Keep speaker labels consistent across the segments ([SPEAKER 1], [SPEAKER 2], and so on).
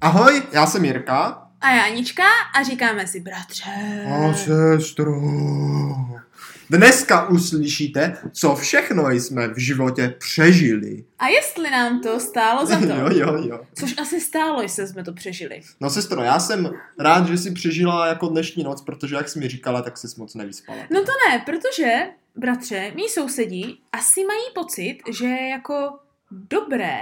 [SPEAKER 1] Ahoj, já jsem Jirka.
[SPEAKER 2] A já Anička a říkáme si bratře.
[SPEAKER 1] A sestro. Dneska uslyšíte, co všechno jsme v životě přežili.
[SPEAKER 2] A jestli nám to stálo za to.
[SPEAKER 1] Jo, jo, jo.
[SPEAKER 2] Což asi stálo, jestli jsme to přežili.
[SPEAKER 1] No sestro, já jsem rád, že jsi přežila jako dnešní noc, protože jak jsi mi říkala, tak jsi moc nevyspala.
[SPEAKER 2] No to ne, protože, bratře, mý sousedí asi mají pocit, že je jako dobré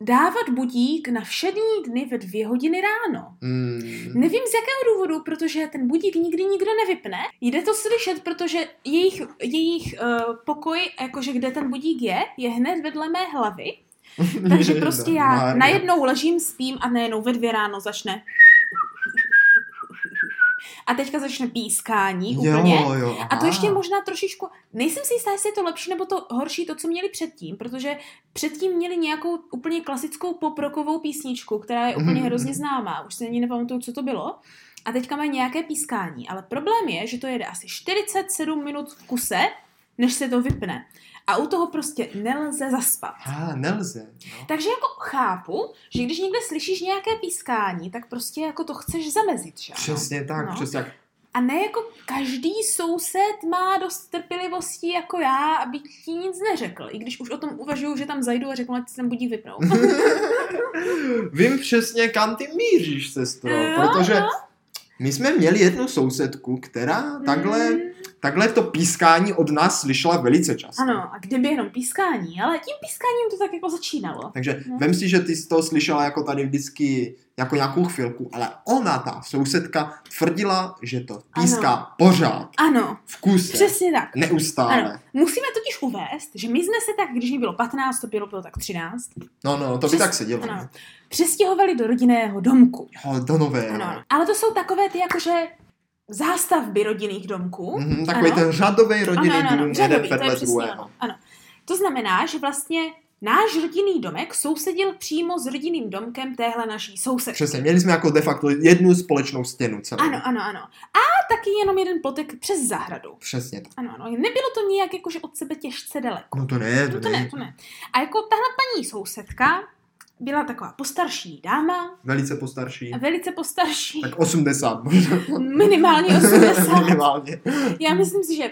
[SPEAKER 2] dávat budík na všední dny ve dvě hodiny ráno.
[SPEAKER 1] Mm.
[SPEAKER 2] Nevím z jakého důvodu, protože ten budík nikdy nikdo nevypne. Jde to slyšet, protože jejich, jejich uh, pokoj, jakože kde ten budík je, je hned vedle mé hlavy. Takže prostě já
[SPEAKER 1] Marja.
[SPEAKER 2] najednou ležím, spím a najednou ve dvě ráno začne a teďka začne pískání úplně.
[SPEAKER 1] Jo, jo,
[SPEAKER 2] A to
[SPEAKER 1] aha.
[SPEAKER 2] ještě možná trošičku, nejsem si jistá, jestli je to lepší nebo to horší, to, co měli předtím, protože předtím měli nějakou úplně klasickou poprokovou písničku, která je úplně
[SPEAKER 1] Mhm,
[SPEAKER 2] hrozně
[SPEAKER 1] mhm.
[SPEAKER 2] známá, už si ani nepamatuju, co to bylo. A teďka mají nějaké pískání, ale problém je, že to jede asi 47 minut v kuse, než se to vypne. A u toho prostě nelze zaspat.
[SPEAKER 1] Ah, nelze. No.
[SPEAKER 2] Takže jako chápu, že když někde slyšíš nějaké pískání, tak prostě jako to chceš zamezit, že? ano?
[SPEAKER 1] Přesně tak,
[SPEAKER 2] No.
[SPEAKER 1] přesně tak.
[SPEAKER 2] A ne jako každý soused má dost trpělivosti jako já, aby ti nic neřekl. I když už o tom uvažuju, že tam zajdu a řeknu, ať se ten budík vypnou.
[SPEAKER 1] Vím přesně, kam ty míříš, sestro,
[SPEAKER 2] Jo,
[SPEAKER 1] protože my jsme měli jednu sousedku, která No, takhle,
[SPEAKER 2] Mm,
[SPEAKER 1] takhle to pískání od nás slyšela velice často.
[SPEAKER 2] Ano, a kdyby jenom pískání, ale tím pískáním to tak jako začínalo.
[SPEAKER 1] Takže
[SPEAKER 2] No.
[SPEAKER 1] vem si, že ty jsi to slyšela jako tady vždycky jako nějakou chvilku, ale ona, ta sousedka, tvrdila, že to píská ano. pořád,
[SPEAKER 2] Ano,
[SPEAKER 1] v kuse,
[SPEAKER 2] přesně tak.
[SPEAKER 1] neustále.
[SPEAKER 2] Ano, musíme totiž uvést, že my jsme se tak, když mi bylo 15, to bylo, bylo tak 13,
[SPEAKER 1] No, no, to by
[SPEAKER 2] Přes-
[SPEAKER 1] tak se dělo.
[SPEAKER 2] ano, přestěhovali do rodinného domku.
[SPEAKER 1] Jo, do nového.
[SPEAKER 2] Ano, ano. Ale to jsou takové ty jakože zástavby rodinných domků.
[SPEAKER 1] Mhm, takový
[SPEAKER 2] Ano.
[SPEAKER 1] ten řadový rodinný
[SPEAKER 2] ano, ano, ano,
[SPEAKER 1] dům, jeden
[SPEAKER 2] řadový, to je
[SPEAKER 1] vedle
[SPEAKER 2] přesně
[SPEAKER 1] druhého.
[SPEAKER 2] ono. Ano. To znamená, že vlastně náš rodinný domek sousedil přímo s rodinným domkem téhle naší sousedky.
[SPEAKER 1] Přesně, měli jsme jako de facto jednu společnou stěnu celou.
[SPEAKER 2] Ano, ano, ano. A taky jenom jeden potek přes zahradu.
[SPEAKER 1] Přesně tak.
[SPEAKER 2] Ano, ano. Nebylo to nijak jakože od sebe těžce daleko.
[SPEAKER 1] No to ne, to,
[SPEAKER 2] No to ne, to ne. A jako tahle paní sousedka byla taková postarší dáma,
[SPEAKER 1] Velice postarší.
[SPEAKER 2] velice postarší,
[SPEAKER 1] Tak 80 možná.
[SPEAKER 2] minimálně 80.
[SPEAKER 1] Minimálně.
[SPEAKER 2] Já myslím si, že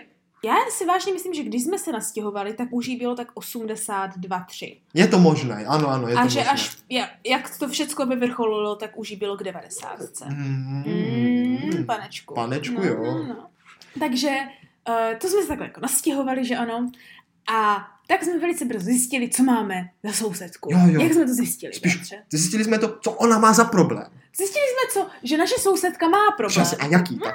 [SPEAKER 2] já si vážně myslím, že když jsme se nastěhovali, tak už jí bylo tak 82, 3.
[SPEAKER 1] Je to možné, ano, ano, je
[SPEAKER 2] a
[SPEAKER 1] to
[SPEAKER 2] že
[SPEAKER 1] možné.
[SPEAKER 2] až jak, jak to všechno vyvrcholilo, tak už jí bylo k 90.
[SPEAKER 1] Mm,
[SPEAKER 2] Mm, panečku.
[SPEAKER 1] Panečku,
[SPEAKER 2] no,
[SPEAKER 1] jo.
[SPEAKER 2] No, no. Takže uh, to jsme se takhle jako nastěhovali, že ano. A tak jsme velice brzo zjistili, co máme za sousedku.
[SPEAKER 1] Jo, jo.
[SPEAKER 2] Jak jsme to zjistili?
[SPEAKER 1] Spíš-
[SPEAKER 2] bratře?
[SPEAKER 1] Zjistili jsme to, co ona má za problém.
[SPEAKER 2] Zjistili jsme, co, že naše sousedka má problém. Hmm.
[SPEAKER 1] Přesně, a jaký tak.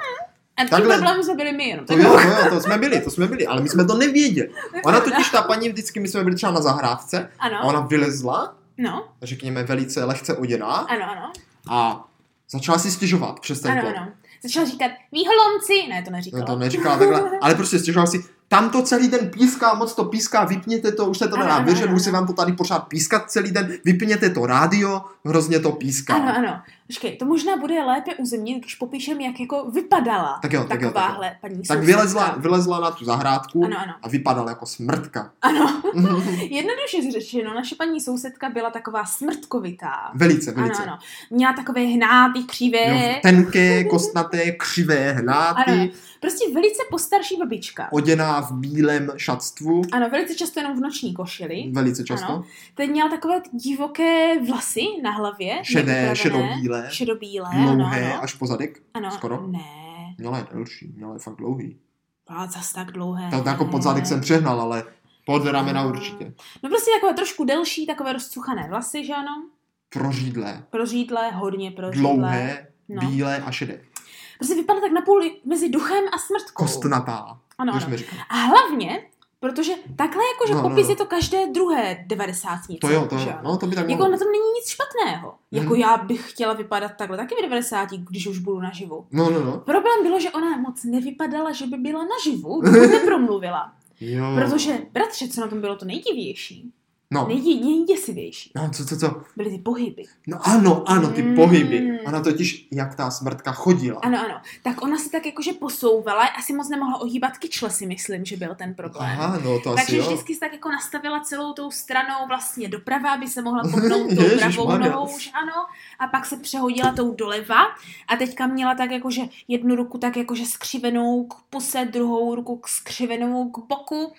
[SPEAKER 2] A tím
[SPEAKER 1] takhle-
[SPEAKER 2] problémem jsme byli my jenom.
[SPEAKER 1] To, jo, to, jo, to jsme byli, to jsme byli, ale my jsme to nevěděli. Ona totiž, ta paní, vždycky my jsme byli třeba na zahrádce
[SPEAKER 2] Ano,
[SPEAKER 1] a ona vylezla,
[SPEAKER 2] no,
[SPEAKER 1] řekněme velice lehce oděná
[SPEAKER 2] ano, ano.
[SPEAKER 1] a začala si stěžovat přes ten
[SPEAKER 2] Ano,
[SPEAKER 1] plot.
[SPEAKER 2] ano. Začala říkat, výholomci, ne, to neříkala.
[SPEAKER 1] No to neříkala takhle, ale prostě stěžoval si, tam to celý den píská, moc to píská, vypněte to, už se to
[SPEAKER 2] Ano,
[SPEAKER 1] nedá
[SPEAKER 2] ano,
[SPEAKER 1] vyřet,
[SPEAKER 2] ano,
[SPEAKER 1] už se
[SPEAKER 2] ano.
[SPEAKER 1] vám to tady pořád pískat celý den, vypněte to rádio, hrozně to píská.
[SPEAKER 2] Ano, ano. Počkej, to možná bude lépe uzemnit, když popíšem, jak jako vypadala
[SPEAKER 1] Tak jo, tak jo, tak jo.
[SPEAKER 2] takováhle paní
[SPEAKER 1] Tak
[SPEAKER 2] sousedka.
[SPEAKER 1] vylezla, vylezla na tu zahrádku
[SPEAKER 2] Ano, ano.
[SPEAKER 1] a vypadala jako smrtka.
[SPEAKER 2] Ano, jednoduše řečeno, naše paní sousedka byla taková smrtkovitá.
[SPEAKER 1] velice,
[SPEAKER 2] Ano,
[SPEAKER 1] velice.
[SPEAKER 2] ano. Měla takové hnátý, křivé.
[SPEAKER 1] Jo, tenké, kostnaté, křivé hnáty,
[SPEAKER 2] Ano. Prostě velice postarší babička.
[SPEAKER 1] oděná v bílém šatstvu,
[SPEAKER 2] Ano, velice často jenom v noční košili.
[SPEAKER 1] velice často.
[SPEAKER 2] Ano. Teď měla takové divoké vlasy na hlavě.
[SPEAKER 1] Šedé,
[SPEAKER 2] neupravené.
[SPEAKER 1] šedobílé,
[SPEAKER 2] Šedobílé, ano,
[SPEAKER 1] dlouhé
[SPEAKER 2] ano.
[SPEAKER 1] až po zadek.
[SPEAKER 2] ano.
[SPEAKER 1] skoro.
[SPEAKER 2] Ne,
[SPEAKER 1] Měla je delší, měla je fakt dlouhý.
[SPEAKER 2] byla No, zas tak dlouhé.
[SPEAKER 1] Tak jako pod zadek jsem přehnal, ale pod ramena určitě.
[SPEAKER 2] No prostě takové trošku delší, takové rozcuchané vlasy, že ano?
[SPEAKER 1] Prořídlé,
[SPEAKER 2] Prořídlé, hodně prořídlé.
[SPEAKER 1] dlouhé,
[SPEAKER 2] No.
[SPEAKER 1] bílé a šedé.
[SPEAKER 2] Prostě vypadá tak napůl mezi duchem a smrtkou.
[SPEAKER 1] Kostnatá,
[SPEAKER 2] Ano,
[SPEAKER 1] to už
[SPEAKER 2] ano.
[SPEAKER 1] jsme říkali.
[SPEAKER 2] A hlavně, protože takhle jakože
[SPEAKER 1] No,
[SPEAKER 2] no,
[SPEAKER 1] no,
[SPEAKER 2] popis
[SPEAKER 1] no.
[SPEAKER 2] je to každé druhé devadesátnice.
[SPEAKER 1] To jo, to
[SPEAKER 2] že
[SPEAKER 1] jo, no to by tak
[SPEAKER 2] Jako
[SPEAKER 1] mohlo.
[SPEAKER 2] na tom není nic špatného. Jako
[SPEAKER 1] Mhm.
[SPEAKER 2] já bych chtěla vypadat takhle taky v 90, když už budu naživu.
[SPEAKER 1] No, no, no.
[SPEAKER 2] Problém bylo, že ona moc nevypadala, že by byla naživu, dokud nepromluvila.
[SPEAKER 1] Jo.
[SPEAKER 2] Protože, bratře, co na tom bylo to nejdivější,
[SPEAKER 1] No,
[SPEAKER 2] Nejdě, nejděsivější
[SPEAKER 1] no co, co, co?
[SPEAKER 2] byly ty pohyby.
[SPEAKER 1] No ano, ano, ty
[SPEAKER 2] Mm.
[SPEAKER 1] pohyby. Ona totiž, jak ta smrtka chodila.
[SPEAKER 2] Ano, ano. Tak ona se tak jakože posouvala, asi moc nemohla ohýbat kyčle, si myslím, že byl ten problém.
[SPEAKER 1] Aha, no to asi
[SPEAKER 2] Takže
[SPEAKER 1] jo.
[SPEAKER 2] vždycky se tak jako nastavila celou tou stranou vlastně doprava, aby se mohla pohnout tou
[SPEAKER 1] Ježišmarja.
[SPEAKER 2] pravou nohou už, ano. A pak se přehodila tou doleva a teďka měla tak jakože jednu ruku tak jakože skřivenou k puse, druhou ruku k skřivenou k boku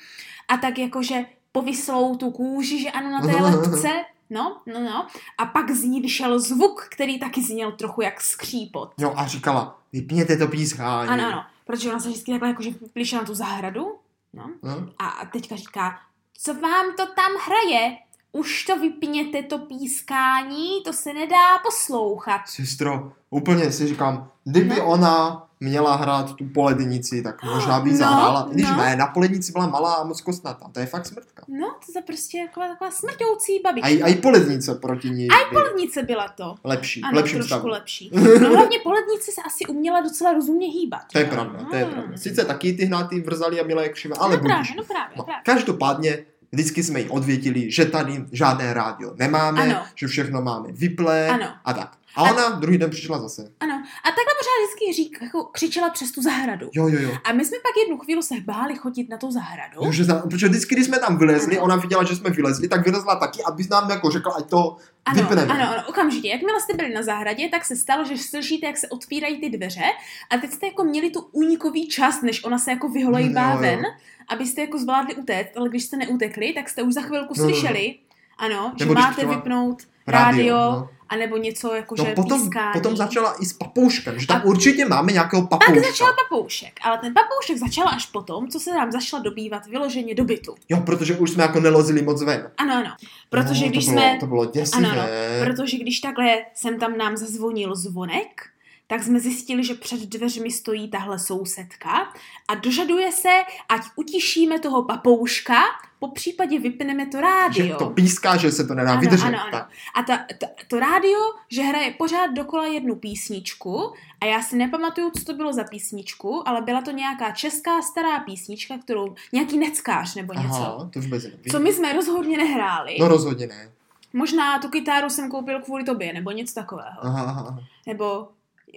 [SPEAKER 2] a tak jakože povyslou tu kůži, že ano, na té lepce. No, no, no. A pak z ní vyšel zvuk, který taky zněl trochu jak skřípot.
[SPEAKER 1] Jo, a říkala, vypněte to pískání.
[SPEAKER 2] Ano, ano. Protože ona se vždycky takhle jakože vyšla na tu zahradu. No.
[SPEAKER 1] No?
[SPEAKER 2] A teďka říká, co vám to tam hraje? Už to vypněte, to pískání, to se nedá poslouchat.
[SPEAKER 1] Sestro, úplně si říkám, kdyby
[SPEAKER 2] No.
[SPEAKER 1] ona měla hrát tu polednici, tak možná by ji
[SPEAKER 2] No,
[SPEAKER 1] zahrála. Když
[SPEAKER 2] no.
[SPEAKER 1] ne, na polednici byla malá a moc kostnatá. To je fakt smrtka.
[SPEAKER 2] No, to je prostě taková, taková smrťoucí babička.
[SPEAKER 1] A i, a i polednice proti ní by
[SPEAKER 2] Polednice byla to.
[SPEAKER 1] lepší, v
[SPEAKER 2] Ano,
[SPEAKER 1] lepším
[SPEAKER 2] trošku
[SPEAKER 1] stavu.
[SPEAKER 2] lepší. No hlavně polednice se asi uměla docela rozumně hýbat.
[SPEAKER 1] To je pravda, to je
[SPEAKER 2] Hmm.
[SPEAKER 1] pravda. Sice taky ty hnáty vrzali a měla jak křivé, ale
[SPEAKER 2] no,
[SPEAKER 1] budíš.
[SPEAKER 2] právě, no právě, no.
[SPEAKER 1] No,
[SPEAKER 2] právě.
[SPEAKER 1] každopádně vždycky jsme jí odvětili, že tady žádné rádio nemáme,
[SPEAKER 2] Ano.
[SPEAKER 1] že všechno máme vyplé
[SPEAKER 2] Ano.
[SPEAKER 1] a tak. A
[SPEAKER 2] A-
[SPEAKER 1] ona druhý den přišla zase.
[SPEAKER 2] Ano. A takhle pořád vždycky řík, jako křičela přes tu zahradu.
[SPEAKER 1] Jo, jo, jo.
[SPEAKER 2] A my jsme pak jednu chvíli se báli chodit na tu zahradu.
[SPEAKER 1] Jo, že za, protože vždycky, když jsme tam vylezli, ona viděla, že jsme vylezli, tak vylezla taky, aby nám jako řekla, ať to...
[SPEAKER 2] Ano,
[SPEAKER 1] Vypneme.
[SPEAKER 2] ano, ano, okamžitě. Jakmile jste byli na zahradě, tak se stalo, že slyšíte, jak se otvírají ty dveře a teď jste jako měli tu únikový čas, než ona se jako vyholejbá
[SPEAKER 1] Jo, jo.
[SPEAKER 2] ven, abyste jako zvládli utéct, ale když jste neutekli, tak jste už za chvilku
[SPEAKER 1] Jo, jo, jo.
[SPEAKER 2] slyšeli, ano,
[SPEAKER 1] No,
[SPEAKER 2] že
[SPEAKER 1] Nebo když
[SPEAKER 2] máte
[SPEAKER 1] třeba
[SPEAKER 2] vypnout
[SPEAKER 1] Rádio.
[SPEAKER 2] rádio,
[SPEAKER 1] no.
[SPEAKER 2] anebo něco jako,
[SPEAKER 1] no
[SPEAKER 2] že
[SPEAKER 1] potom,
[SPEAKER 2] pískání.
[SPEAKER 1] potom začala i s papouškem, že tam
[SPEAKER 2] A-
[SPEAKER 1] určitě máme nějakého
[SPEAKER 2] Pak
[SPEAKER 1] papouška.
[SPEAKER 2] začal papoušek, ale ten papoušek začal až potom, co se nám zašla dobývat vyloženě do bytu.
[SPEAKER 1] Jo, protože už jsme jako nelozili moc ven.
[SPEAKER 2] Ano, ano. Protože
[SPEAKER 1] no,
[SPEAKER 2] když
[SPEAKER 1] to bylo,
[SPEAKER 2] jsme
[SPEAKER 1] To bylo děsivé.
[SPEAKER 2] Ano, Protože když takhle jsem tam nám zazvonil zvonek, tak jsme zjistili, že před dveřmi stojí tahle sousedka a dožaduje se, ať utišíme toho papouška, po případě vypneme to
[SPEAKER 1] že
[SPEAKER 2] rádio.
[SPEAKER 1] to píská, že se to nedá
[SPEAKER 2] Ano,
[SPEAKER 1] vydržet.
[SPEAKER 2] ano, ano.
[SPEAKER 1] Tak.
[SPEAKER 2] A ta, ta, to rádio, že hraje pořád dokola jednu písničku a já si nepamatuju, co to bylo za písničku, ale byla to nějaká česká stará písnička, kterou nějaký neckář nebo něco. Aha.
[SPEAKER 1] Aha, to vůbec nevím.
[SPEAKER 2] Co my jsme rozhodně nehráli.
[SPEAKER 1] No rozhodně ne.
[SPEAKER 2] Možná tu kytáru jsem koupil kvůli tobě, nebo něco takového.
[SPEAKER 1] Aha, aha.
[SPEAKER 2] nebo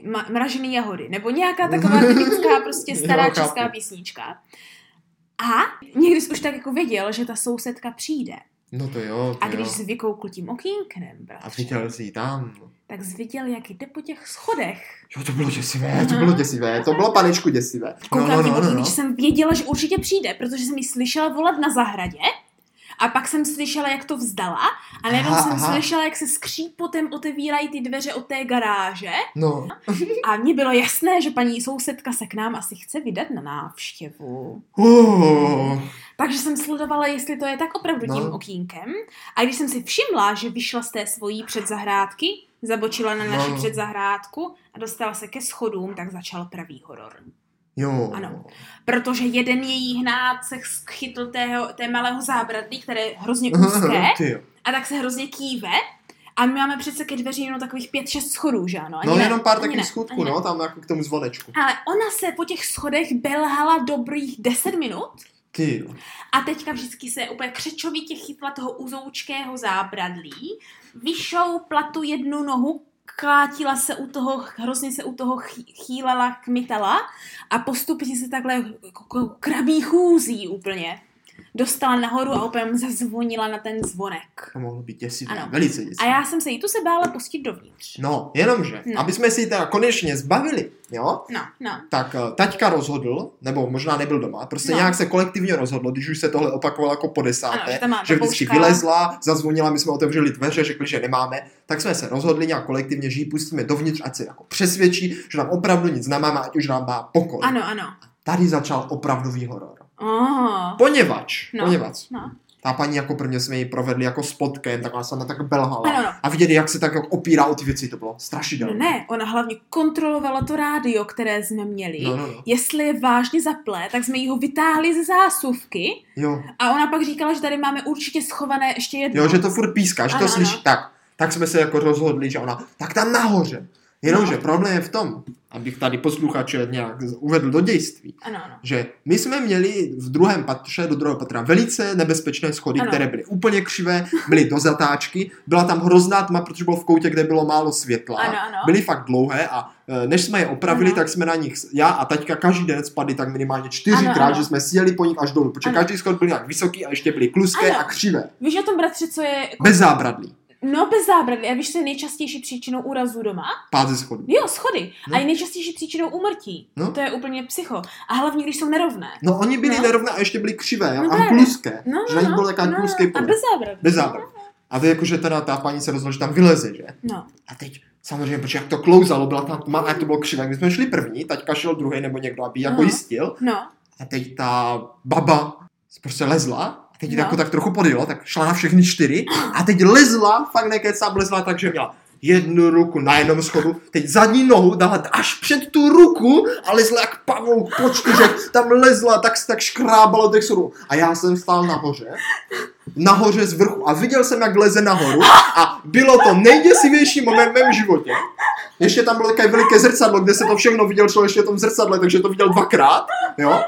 [SPEAKER 2] ma- mražený jahody, nebo nějaká taková typická prostě stará
[SPEAKER 1] Jo, chápu.
[SPEAKER 2] česká písnička. A někdy jsi už tak jako věděl, že ta sousedka přijde.
[SPEAKER 1] No to jo, to
[SPEAKER 2] A když
[SPEAKER 1] jo.
[SPEAKER 2] jsi vykoukl tím okýnkem,
[SPEAKER 1] A
[SPEAKER 2] bratře,
[SPEAKER 1] viděl jsi ji tam.
[SPEAKER 2] tak jsi viděl, jak jde po těch schodech.
[SPEAKER 1] Jo, to bylo děsivé, to
[SPEAKER 2] No.
[SPEAKER 1] bylo děsivé, to bylo panečku děsivé. No, no,
[SPEAKER 2] Koukal
[SPEAKER 1] no, no,
[SPEAKER 2] tím
[SPEAKER 1] no.
[SPEAKER 2] když jsem věděla, že určitě přijde, protože jsem ji slyšela volat na zahradě. A pak jsem slyšela, jak to vzdala. A najednou
[SPEAKER 1] Aha,
[SPEAKER 2] jsem
[SPEAKER 1] aha.
[SPEAKER 2] slyšela, jak se skřípotem otevírají ty dveře od té garáže.
[SPEAKER 1] no.
[SPEAKER 2] A mně bylo jasné, že paní sousedka se k nám asi chce vydat na návštěvu.
[SPEAKER 1] Uh,
[SPEAKER 2] Takže jsem sledovala, jestli to je tak opravdu tím
[SPEAKER 1] No.
[SPEAKER 2] okýnkem. A když jsem si všimla, že vyšla z té svojí předzahrádky, zabočila na naši
[SPEAKER 1] No.
[SPEAKER 2] předzahrádku a dostala se ke schodům, tak začal pravý horor.
[SPEAKER 1] jo.
[SPEAKER 2] Ano. Protože jeden její hnát se chytl tého, té malého zábradlí, které je hrozně úzké,
[SPEAKER 1] no, Ty jo.
[SPEAKER 2] a tak se hrozně kýve. A my máme přece ke dveří jenom takových 5-6 schodů, že ano? Ani
[SPEAKER 1] No
[SPEAKER 2] ne,
[SPEAKER 1] jenom pár
[SPEAKER 2] ani ne,
[SPEAKER 1] takových
[SPEAKER 2] ani
[SPEAKER 1] skutků,
[SPEAKER 2] ne.
[SPEAKER 1] no, tam jako k tomu zvonečku.
[SPEAKER 2] Ale ona se po těch schodech belhala dobrých 10 minut
[SPEAKER 1] Ty jo.
[SPEAKER 2] a teďka vždycky se úplně křečovitě chytla toho uzoučkého zábradlí, vyšoupla tu jednu nohu, klátila se u toho, hrozně se u toho chý- chýlala, kmitala a postupně se takhle jako- jako krabí chůzí úplně. Dostala nahoru a opět zazvonila na ten zvonek.
[SPEAKER 1] To mohlo být děsivé,
[SPEAKER 2] Ano.
[SPEAKER 1] velice
[SPEAKER 2] A
[SPEAKER 1] děsivé.
[SPEAKER 2] já jsem se jí tu se bála pustit dovnitř.
[SPEAKER 1] No, jenomže,
[SPEAKER 2] No.
[SPEAKER 1] aby jsme si ji teda konečně zbavili, jo,
[SPEAKER 2] No, no.
[SPEAKER 1] tak eh, taťka rozhodl, nebo možná nebyl doma, prostě
[SPEAKER 2] No.
[SPEAKER 1] nějak se kolektivně rozhodlo, když už se tohle opakovalo jako po desáté,
[SPEAKER 2] Ano, že tam má
[SPEAKER 1] že vždycky
[SPEAKER 2] papouška.
[SPEAKER 1] vylezla, zazvonila, my jsme otevřeli dveře, řekli, že nemáme, tak jsme se rozhodli nějak kolektivně, že ji pustíme dovnitř, ať se jako přesvědčí, že nám opravdu nic nemáme, ať už nám dá pokoj.
[SPEAKER 2] Ano, ano.
[SPEAKER 1] Tady začal opravdový horor.
[SPEAKER 2] Oh.
[SPEAKER 1] Poněvadž,
[SPEAKER 2] No.
[SPEAKER 1] poněvadž,
[SPEAKER 2] No.
[SPEAKER 1] ta paní jako prvně jsme ji provedli jako spotkem, tak ona se na tak belhala.
[SPEAKER 2] Ano, ano.
[SPEAKER 1] A viděli, jak se tak jako opírá o ty věci, to bylo
[SPEAKER 2] No
[SPEAKER 1] strašidelné.
[SPEAKER 2] ne, ona hlavně kontrolovala to rádio, které jsme měli.
[SPEAKER 1] No, no, no.
[SPEAKER 2] Jestli je vážně zaplé, tak jsme jí ho vytáhli ze zásuvky
[SPEAKER 1] Jo.
[SPEAKER 2] a ona pak říkala, že tady máme určitě schované ještě jedno.
[SPEAKER 1] jo, že to furt píská, že to
[SPEAKER 2] Ano,
[SPEAKER 1] slyší.
[SPEAKER 2] ano.
[SPEAKER 1] Tak, tak jsme se jako rozhodli, že ona, tak tam nahoře. Jenomže
[SPEAKER 2] No.
[SPEAKER 1] problém je v tom, abych tady posluchače nějak uvedl do dějství,
[SPEAKER 2] Ano, ano.
[SPEAKER 1] že my jsme měli v druhém patře, do druhého patra, velice nebezpečné schody, ano.
[SPEAKER 2] Ano.
[SPEAKER 1] které byly úplně křivé, byly do zatáčky, byla tam hrozná tma, protože bylo v koutě, kde bylo málo světla.
[SPEAKER 2] Ano, ano.
[SPEAKER 1] Byly fakt dlouhé a eh, než jsme je opravili, ano.
[SPEAKER 2] No. Ano.
[SPEAKER 1] tak jsme na nich, já a taťka, každý den spadli tak minimálně
[SPEAKER 2] Ano,
[SPEAKER 1] čtyřikrát,
[SPEAKER 2] ano.
[SPEAKER 1] že jsme sjeli po nich až dolů, protože
[SPEAKER 2] Ano.
[SPEAKER 1] každý schod byl nějak vysoký a ještě byly kluské
[SPEAKER 2] Ano.
[SPEAKER 1] a křivé,
[SPEAKER 2] Víš o tom, bratře, co je...
[SPEAKER 1] bez zábradlí,
[SPEAKER 2] No, bez zábradlí. A víš, co je nejčastější příčinou úrazu doma?
[SPEAKER 1] pád ze schodů.
[SPEAKER 2] Jo, schody.
[SPEAKER 1] No.
[SPEAKER 2] A je nejčastější příčinou úmrtí.
[SPEAKER 1] No.
[SPEAKER 2] To je úplně psycho. A hlavně, když jsou nerovné.
[SPEAKER 1] No oni byli no.
[SPEAKER 2] No.
[SPEAKER 1] nerovné a ještě byli křivé
[SPEAKER 2] No
[SPEAKER 1] a
[SPEAKER 2] právě.
[SPEAKER 1] kluské,
[SPEAKER 2] No,
[SPEAKER 1] že na nich
[SPEAKER 2] no,
[SPEAKER 1] byl
[SPEAKER 2] no,
[SPEAKER 1] nějaký kluský
[SPEAKER 2] A
[SPEAKER 1] pole.
[SPEAKER 2] bez zábradlí.
[SPEAKER 1] Bez zábradlí. A vy jakože teda ta paní se rozhodla, že tam vyleze, že?
[SPEAKER 2] No.
[SPEAKER 1] A teď samozřejmě, protože jak to klouzalo, byla tam tma a jak to bylo křivé. Když jsme šli první, taťka šel druhý nebo někdo, aby ji jako
[SPEAKER 2] No.
[SPEAKER 1] jistil.
[SPEAKER 2] No,
[SPEAKER 1] A teď ta baba prostě lezla, a teď no.
[SPEAKER 2] No.
[SPEAKER 1] jako tak trochu podjela, tak šla na všechny čtyři a teď lezla, fakt nekecám, lezla tak, že měla jednu ruku na jednom schodu, teď zadní nohu dala až před tu ruku a lezla jak pavouk po čtyřech, tam lezla, tak se tak škrábala těch schodů. A já jsem stál nahoře, nahoře z vrchu a viděl jsem, jak leze nahoru a bylo to nejděsivější moment v mém životě. Ještě tam bylo takové veliké zrcadlo, kde se to všechno viděl člověk ještě v tom zrcadle, takže to viděl dvakrát, jo.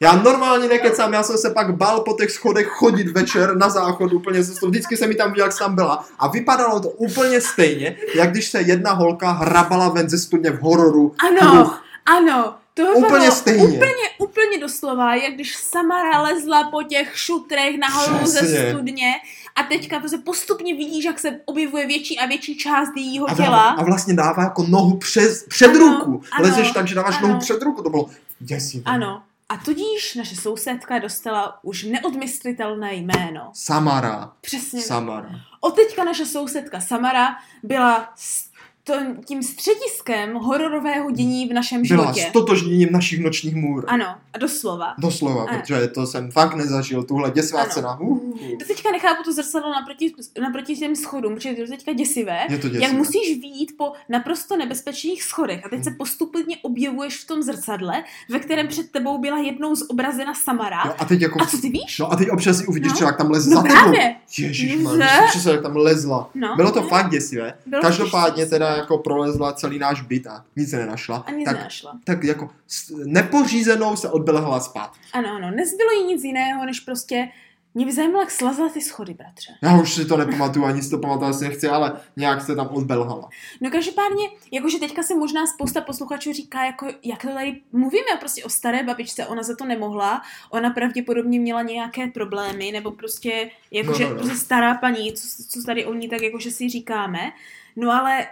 [SPEAKER 1] Já normálně nekecám, já jsem se pak bál po těch schodech chodit večer na záchod úplně se Vždycky jsem mi tam viděl, jak jsem tam byla. A vypadalo to úplně stejně, jak když se jedna holka hrabala ven ze studně v hororu.
[SPEAKER 2] ano, ano. To vypadalo
[SPEAKER 1] Úplně stejně.
[SPEAKER 2] Úplně, úplně doslova, jak když Samara lezla po těch šutrech nahoru
[SPEAKER 1] Přesně.
[SPEAKER 2] ze studně a teďka to se postupně vidíš, jak se objevuje větší a větší část jejího
[SPEAKER 1] A,
[SPEAKER 2] těla.
[SPEAKER 1] dává, a vlastně dává jako nohu přes, před
[SPEAKER 2] Ano,
[SPEAKER 1] ruku.
[SPEAKER 2] ano,
[SPEAKER 1] Lezeš tak, že dáváš
[SPEAKER 2] ano.
[SPEAKER 1] nohu před ruku. To bylo děsivé.
[SPEAKER 2] Ano. A tudíž naše sousedka dostala už neodmyslitelné jméno.
[SPEAKER 1] Samara.
[SPEAKER 2] Přesně.
[SPEAKER 1] Samara.
[SPEAKER 2] Od teďka naše sousedka Samara byla s- to- tím střediskem hororového dění v našem
[SPEAKER 1] Byla
[SPEAKER 2] životě.
[SPEAKER 1] stotožněním našich nočních můr.
[SPEAKER 2] Ano, a doslova.
[SPEAKER 1] Doslova,
[SPEAKER 2] Ano.
[SPEAKER 1] protože to jsem fakt nezažil, tuhle děsivá
[SPEAKER 2] Ano.
[SPEAKER 1] cena. Uh,
[SPEAKER 2] To teďka nechápu to zrcadlo naproti, naproti těm schodům, protože to je teďka děsivé.
[SPEAKER 1] je to
[SPEAKER 2] Jak
[SPEAKER 1] děsivé.
[SPEAKER 2] musíš výjít po naprosto nebezpečných schodech a teď se
[SPEAKER 1] Hmm.
[SPEAKER 2] postupně objevuješ v tom zrcadle, ve kterém před tebou byla jednou zobrazena Samara.
[SPEAKER 1] Jo, a teď jako...
[SPEAKER 2] A co ty víš?
[SPEAKER 1] No a teď občas si uvidíš,
[SPEAKER 2] No.
[SPEAKER 1] třeba jak tam leze
[SPEAKER 2] No
[SPEAKER 1] za tebou.
[SPEAKER 2] právě.
[SPEAKER 1] Ježišmarja,
[SPEAKER 2] Ze-
[SPEAKER 1] myslím, že se jak tam lezla.
[SPEAKER 2] No,
[SPEAKER 1] Bylo to
[SPEAKER 2] ne?
[SPEAKER 1] fakt děsivé.
[SPEAKER 2] Bylo to
[SPEAKER 1] Každopádně
[SPEAKER 2] těžké.
[SPEAKER 1] teda jako prolezla celý náš byt a nic nenašla.
[SPEAKER 2] A nic
[SPEAKER 1] tak,
[SPEAKER 2] nenašla.
[SPEAKER 1] tak jako s- nepořízenou se odbelehla spát.
[SPEAKER 2] Ano, ano, nezbylo jí nic jiného, než prostě mě by zajímalo, jak slazla ty schody, bratře.
[SPEAKER 1] Já už si to nepamatuju, ani si to pamatovat si nechci, ale nějak se tam odbelhala.
[SPEAKER 2] No každopádně, jakože teďka si možná spousta posluchačů říká, jako, jak to tady mluvíme prostě o staré babičce, ona za to nemohla, ona pravděpodobně měla nějaké problémy, nebo prostě, jakože
[SPEAKER 1] No,
[SPEAKER 2] no,
[SPEAKER 1] no, no.
[SPEAKER 2] Prostě stará paní, co, co tady o ní tak jakože si říkáme, no ale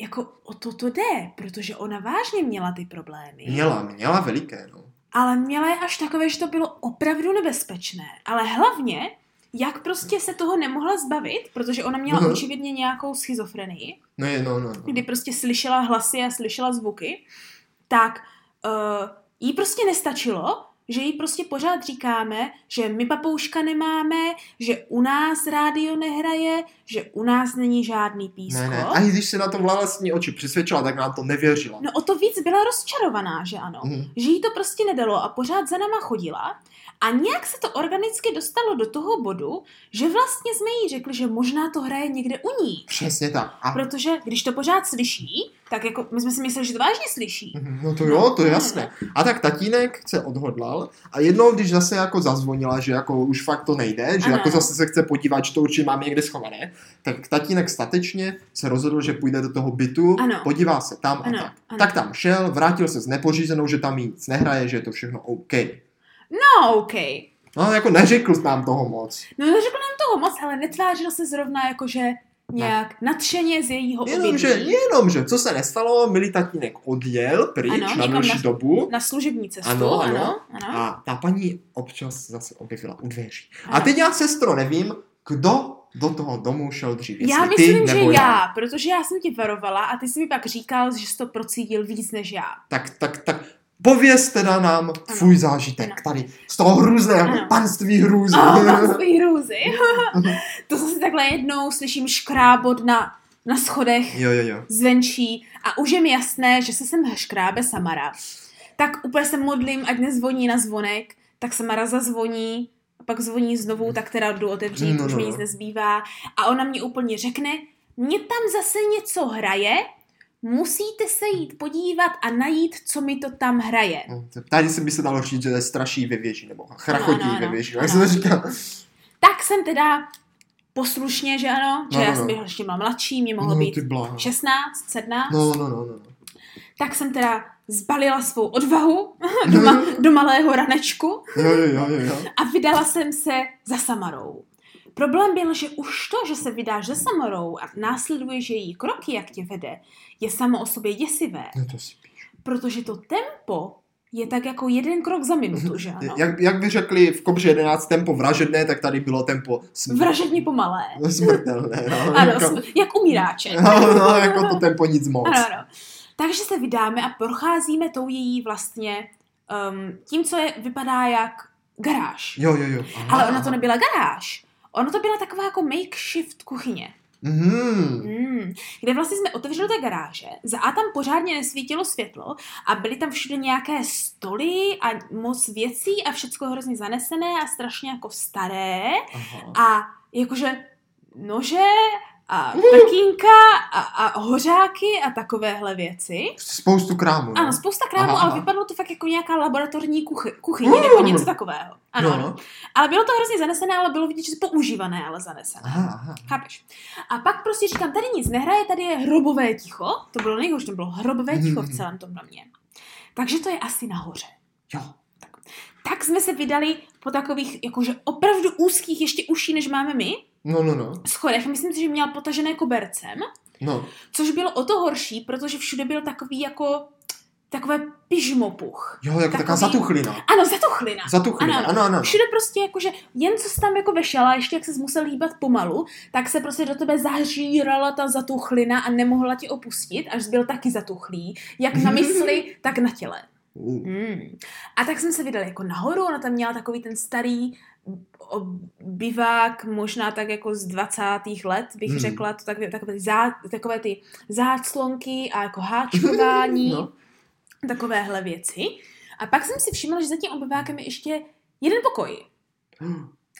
[SPEAKER 2] jako o to to jde, protože ona vážně měla ty problémy.
[SPEAKER 1] Měla, měla veliké, no.
[SPEAKER 2] Ale měla je až takové, že to bylo opravdu nebezpečné. Ale hlavně, jak prostě se toho nemohla zbavit, protože ona měla
[SPEAKER 1] Mhm.
[SPEAKER 2] očividně nějakou schizofrenii,
[SPEAKER 1] No je, no, no. no.
[SPEAKER 2] kdy prostě slyšela hlasy a slyšela zvuky, tak uh, jí prostě nestačilo, že jí prostě pořád říkáme, že my papouška nemáme, že u nás rádio nehraje, že u nás není žádný písko.
[SPEAKER 1] Ne, ne, ani když se na to vlastní oči přesvědčila, tak nám to nevěřila.
[SPEAKER 2] No o to víc byla rozčarovaná, že ano.
[SPEAKER 1] Mhm.
[SPEAKER 2] Že jí to prostě nedalo a pořád za náma chodila. A nějak se to organicky dostalo do toho bodu, že vlastně jsme jí řekli, že možná to hraje někde u ní.
[SPEAKER 1] Přesně tak. A...
[SPEAKER 2] Protože když to pořád slyší, tak jako my jsme si mysleli, že to vážně slyší.
[SPEAKER 1] Mhm, No to jo, to je jasné. A tak tatínek se odhodlal a jednou, když zase jako zazvonila, že jako už fakt to nejde, že
[SPEAKER 2] Ano.
[SPEAKER 1] jako zase se chce podívat, že to určitě máme někde schované, tak tatínek statečně se rozhodl, že půjde do toho bytu,
[SPEAKER 2] Ano.
[SPEAKER 1] podívá se tam
[SPEAKER 2] Ano,
[SPEAKER 1] a tak.
[SPEAKER 2] ano.
[SPEAKER 1] Tak tam šel, vrátil se s nepořízenou, že tam jí nic nehraje, že je to všechno OK.
[SPEAKER 2] No, OK.
[SPEAKER 1] No jako neřekl nám toho moc.
[SPEAKER 2] No, neřekl nám toho moc, ale netvářil se zrovna jakože nějak nadšeně z jejího obydlí
[SPEAKER 1] Jenomže, jenomže, co se nestalo, milý tatínek odjel pryč
[SPEAKER 2] Ano,
[SPEAKER 1] na
[SPEAKER 2] někam
[SPEAKER 1] delší
[SPEAKER 2] na-
[SPEAKER 1] dobu.
[SPEAKER 2] na služební cestu.
[SPEAKER 1] Ano,
[SPEAKER 2] Ano,
[SPEAKER 1] ano.
[SPEAKER 2] ano. ano.
[SPEAKER 1] A ta paní občas zase objevila u dveří. A
[SPEAKER 2] Ano.
[SPEAKER 1] teď já, sestro, nevím, kdo do toho domu šel dřív.
[SPEAKER 2] Já
[SPEAKER 1] jestli
[SPEAKER 2] myslím,
[SPEAKER 1] ty,
[SPEAKER 2] že
[SPEAKER 1] nebo
[SPEAKER 2] já, protože já jsem ti varovala a ty jsi mi pak říkal, že jsi to procítil víc než já.
[SPEAKER 1] Tak, tak, tak. Pověz teda nám tvůj zážitek
[SPEAKER 2] Ano.
[SPEAKER 1] tady z toho hrůzného
[SPEAKER 2] Ano.
[SPEAKER 1] panství hrůzy.
[SPEAKER 2] Oh, mám svý hrůzy. to zase takhle jednou slyším škrábot na, na schodech
[SPEAKER 1] jo, jo, jo.
[SPEAKER 2] zvenčí a už je mi jasné, že se sem škrábe Samara. Tak úplně se modlím, ať nezvoní na zvonek, tak Samara zazvoní, a pak zvoní znovu, tak teda jdu otevřít,
[SPEAKER 1] No,
[SPEAKER 2] no, už
[SPEAKER 1] no,
[SPEAKER 2] mi
[SPEAKER 1] no.
[SPEAKER 2] nic nezbývá. A ona mě úplně řekne, mě tam zase něco hraje, Musíte se jít podívat a najít, co mi to tam hraje.
[SPEAKER 1] Tady se by se dalo říct, že to je straší ve věži, nebo chrachotí
[SPEAKER 2] Ano, ano,
[SPEAKER 1] ve věži, jak se
[SPEAKER 2] ano.
[SPEAKER 1] to říká.
[SPEAKER 2] Tak jsem teda poslušně, že ano, že
[SPEAKER 1] No,
[SPEAKER 2] já
[SPEAKER 1] no.
[SPEAKER 2] jsem byla ještě byla mladší, mě mohlo
[SPEAKER 1] No,
[SPEAKER 2] být
[SPEAKER 1] ty bláho.
[SPEAKER 2] 16, 17,
[SPEAKER 1] No, no, no, no.
[SPEAKER 2] tak jsem teda zbalila svou odvahu do, ma-
[SPEAKER 1] Mhm.
[SPEAKER 2] do malého ranečku
[SPEAKER 1] Jo, jo, jo, jo, jo.
[SPEAKER 2] a vydala jsem se za Samarou. Problém byl, že už to, že se vydáš za Samarou a následuješ její kroky, jak tě vede, je samo o sobě děsivé,
[SPEAKER 1] No, to si
[SPEAKER 2] protože to tempo je tak jako jeden krok za minutu, že ano?
[SPEAKER 1] Jak, jak by řekli v Kobře 11 tempo vražedné, tak tady bylo tempo smr-
[SPEAKER 2] Vražedně pomalé.
[SPEAKER 1] smrtelné. No,
[SPEAKER 2] Ano,
[SPEAKER 1] jako,
[SPEAKER 2] jsme- jak umíráček.
[SPEAKER 1] no, no, jako to tempo nic moc.
[SPEAKER 2] Ano, ano. Takže se vydáme a procházíme tou její vlastně um, tím, co je, vypadá jak garáž.
[SPEAKER 1] Jo, jo, jo. Aha.
[SPEAKER 2] Ale ona to nebyla garáž. Ono to byla taková jako makeshift kuchyně,
[SPEAKER 1] Mhm.
[SPEAKER 2] mm, kde vlastně jsme otevřeli ta garáže, za A tam pořádně nesvítilo světlo a byly tam všude nějaké stoly a moc věcí a všecko hrozně zanesené a strašně jako staré
[SPEAKER 1] Aha.
[SPEAKER 2] a jakože nože a prkínka a, a hořáky a takovéhle věci.
[SPEAKER 1] Spoustu krámů.
[SPEAKER 2] Ano,
[SPEAKER 1] no.
[SPEAKER 2] spousta krámů,
[SPEAKER 1] Aha,
[SPEAKER 2] ale
[SPEAKER 1] aha.
[SPEAKER 2] vypadalo to fakt jako nějaká laboratorní kuchy, kuchyně
[SPEAKER 1] Mm.
[SPEAKER 2] nebo něco takového. Ano,
[SPEAKER 1] jo,
[SPEAKER 2] ano.
[SPEAKER 1] no.
[SPEAKER 2] Ale bylo to hrozně zanesené, ale bylo vidět, že to používané, ale zanesené.
[SPEAKER 1] Aha, aha.
[SPEAKER 2] Chápeš? A pak prostě říkám, tady nic nehraje, tady je hrobové ticho. To bylo nejhorší, to bylo hrobové
[SPEAKER 1] Mhm.
[SPEAKER 2] ticho v celém tom domě. Takže to je asi nahoře.
[SPEAKER 1] Jo.
[SPEAKER 2] Tak jsme se vydali po takových jakože opravdu úzkých, ještě užší, než máme my,
[SPEAKER 1] No, no, no.
[SPEAKER 2] schodech. Myslím si, že měla potažené kobercem.
[SPEAKER 1] No,
[SPEAKER 2] Což bylo o to horší, protože všude byl takový jako takové pyžmopuch.
[SPEAKER 1] jo, jako taková
[SPEAKER 2] Takový-
[SPEAKER 1] zatuchlina.
[SPEAKER 2] Ano, zatuchlina.
[SPEAKER 1] Zatuchlina,
[SPEAKER 2] Ano,
[SPEAKER 1] ano, ano.
[SPEAKER 2] Všude prostě jakože, jen co jsi tam jako vešela, ještě jak se musel hýbat pomalu, tak se prostě do tebe zažírala ta zatuchlina a nemohla ti opustit, až jsi byl taky zatuchlý, jak na mysli, tak na těle.
[SPEAKER 1] U,
[SPEAKER 2] Hmm. A tak jsem se vydala jako nahoru, ona tam měla takový ten starý o- bivák, možná tak jako z 20. let, bych
[SPEAKER 1] Hmm.
[SPEAKER 2] hmm. řekla, to takové, takové, zá, takové ty záclonky a jako háčkování,
[SPEAKER 1] No.
[SPEAKER 2] no. takovéhle věci. A pak jsem si všimla, že za tím obyvákem je ještě jeden pokoj.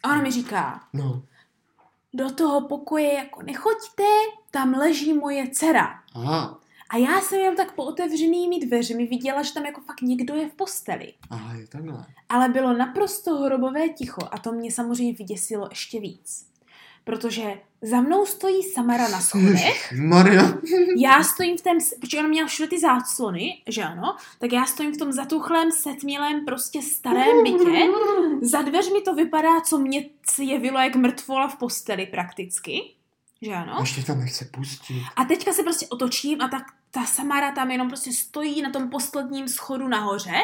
[SPEAKER 2] A ona mi říká,
[SPEAKER 1] No.
[SPEAKER 2] do toho pokoje jako nechoďte, tam leží moje dcera.
[SPEAKER 1] Aha.
[SPEAKER 2] A já jsem jenom tak po otevřenými dveřmi viděla, že tam jako fakt někdo je v posteli.
[SPEAKER 1] Aha, je takhle.
[SPEAKER 2] Ale bylo naprosto hrobové ticho a to mě samozřejmě vyděsilo ještě víc. Protože za mnou stojí Samara na schodech,
[SPEAKER 1] Maria.
[SPEAKER 2] já stojím v tom, protože ona měla všude ty záclony, že ano, tak já stojím v tom zatuchlém, setmělém, prostě starém bytě. Za dveřmi to vypadá, co mě se jevilo jak mrtvola v posteli prakticky, že ano.
[SPEAKER 1] Ještě tam nechce pustit.
[SPEAKER 2] A teďka se prostě otočím a ta, ta Samara tam jenom prostě stojí na tom posledním schodu nahoře.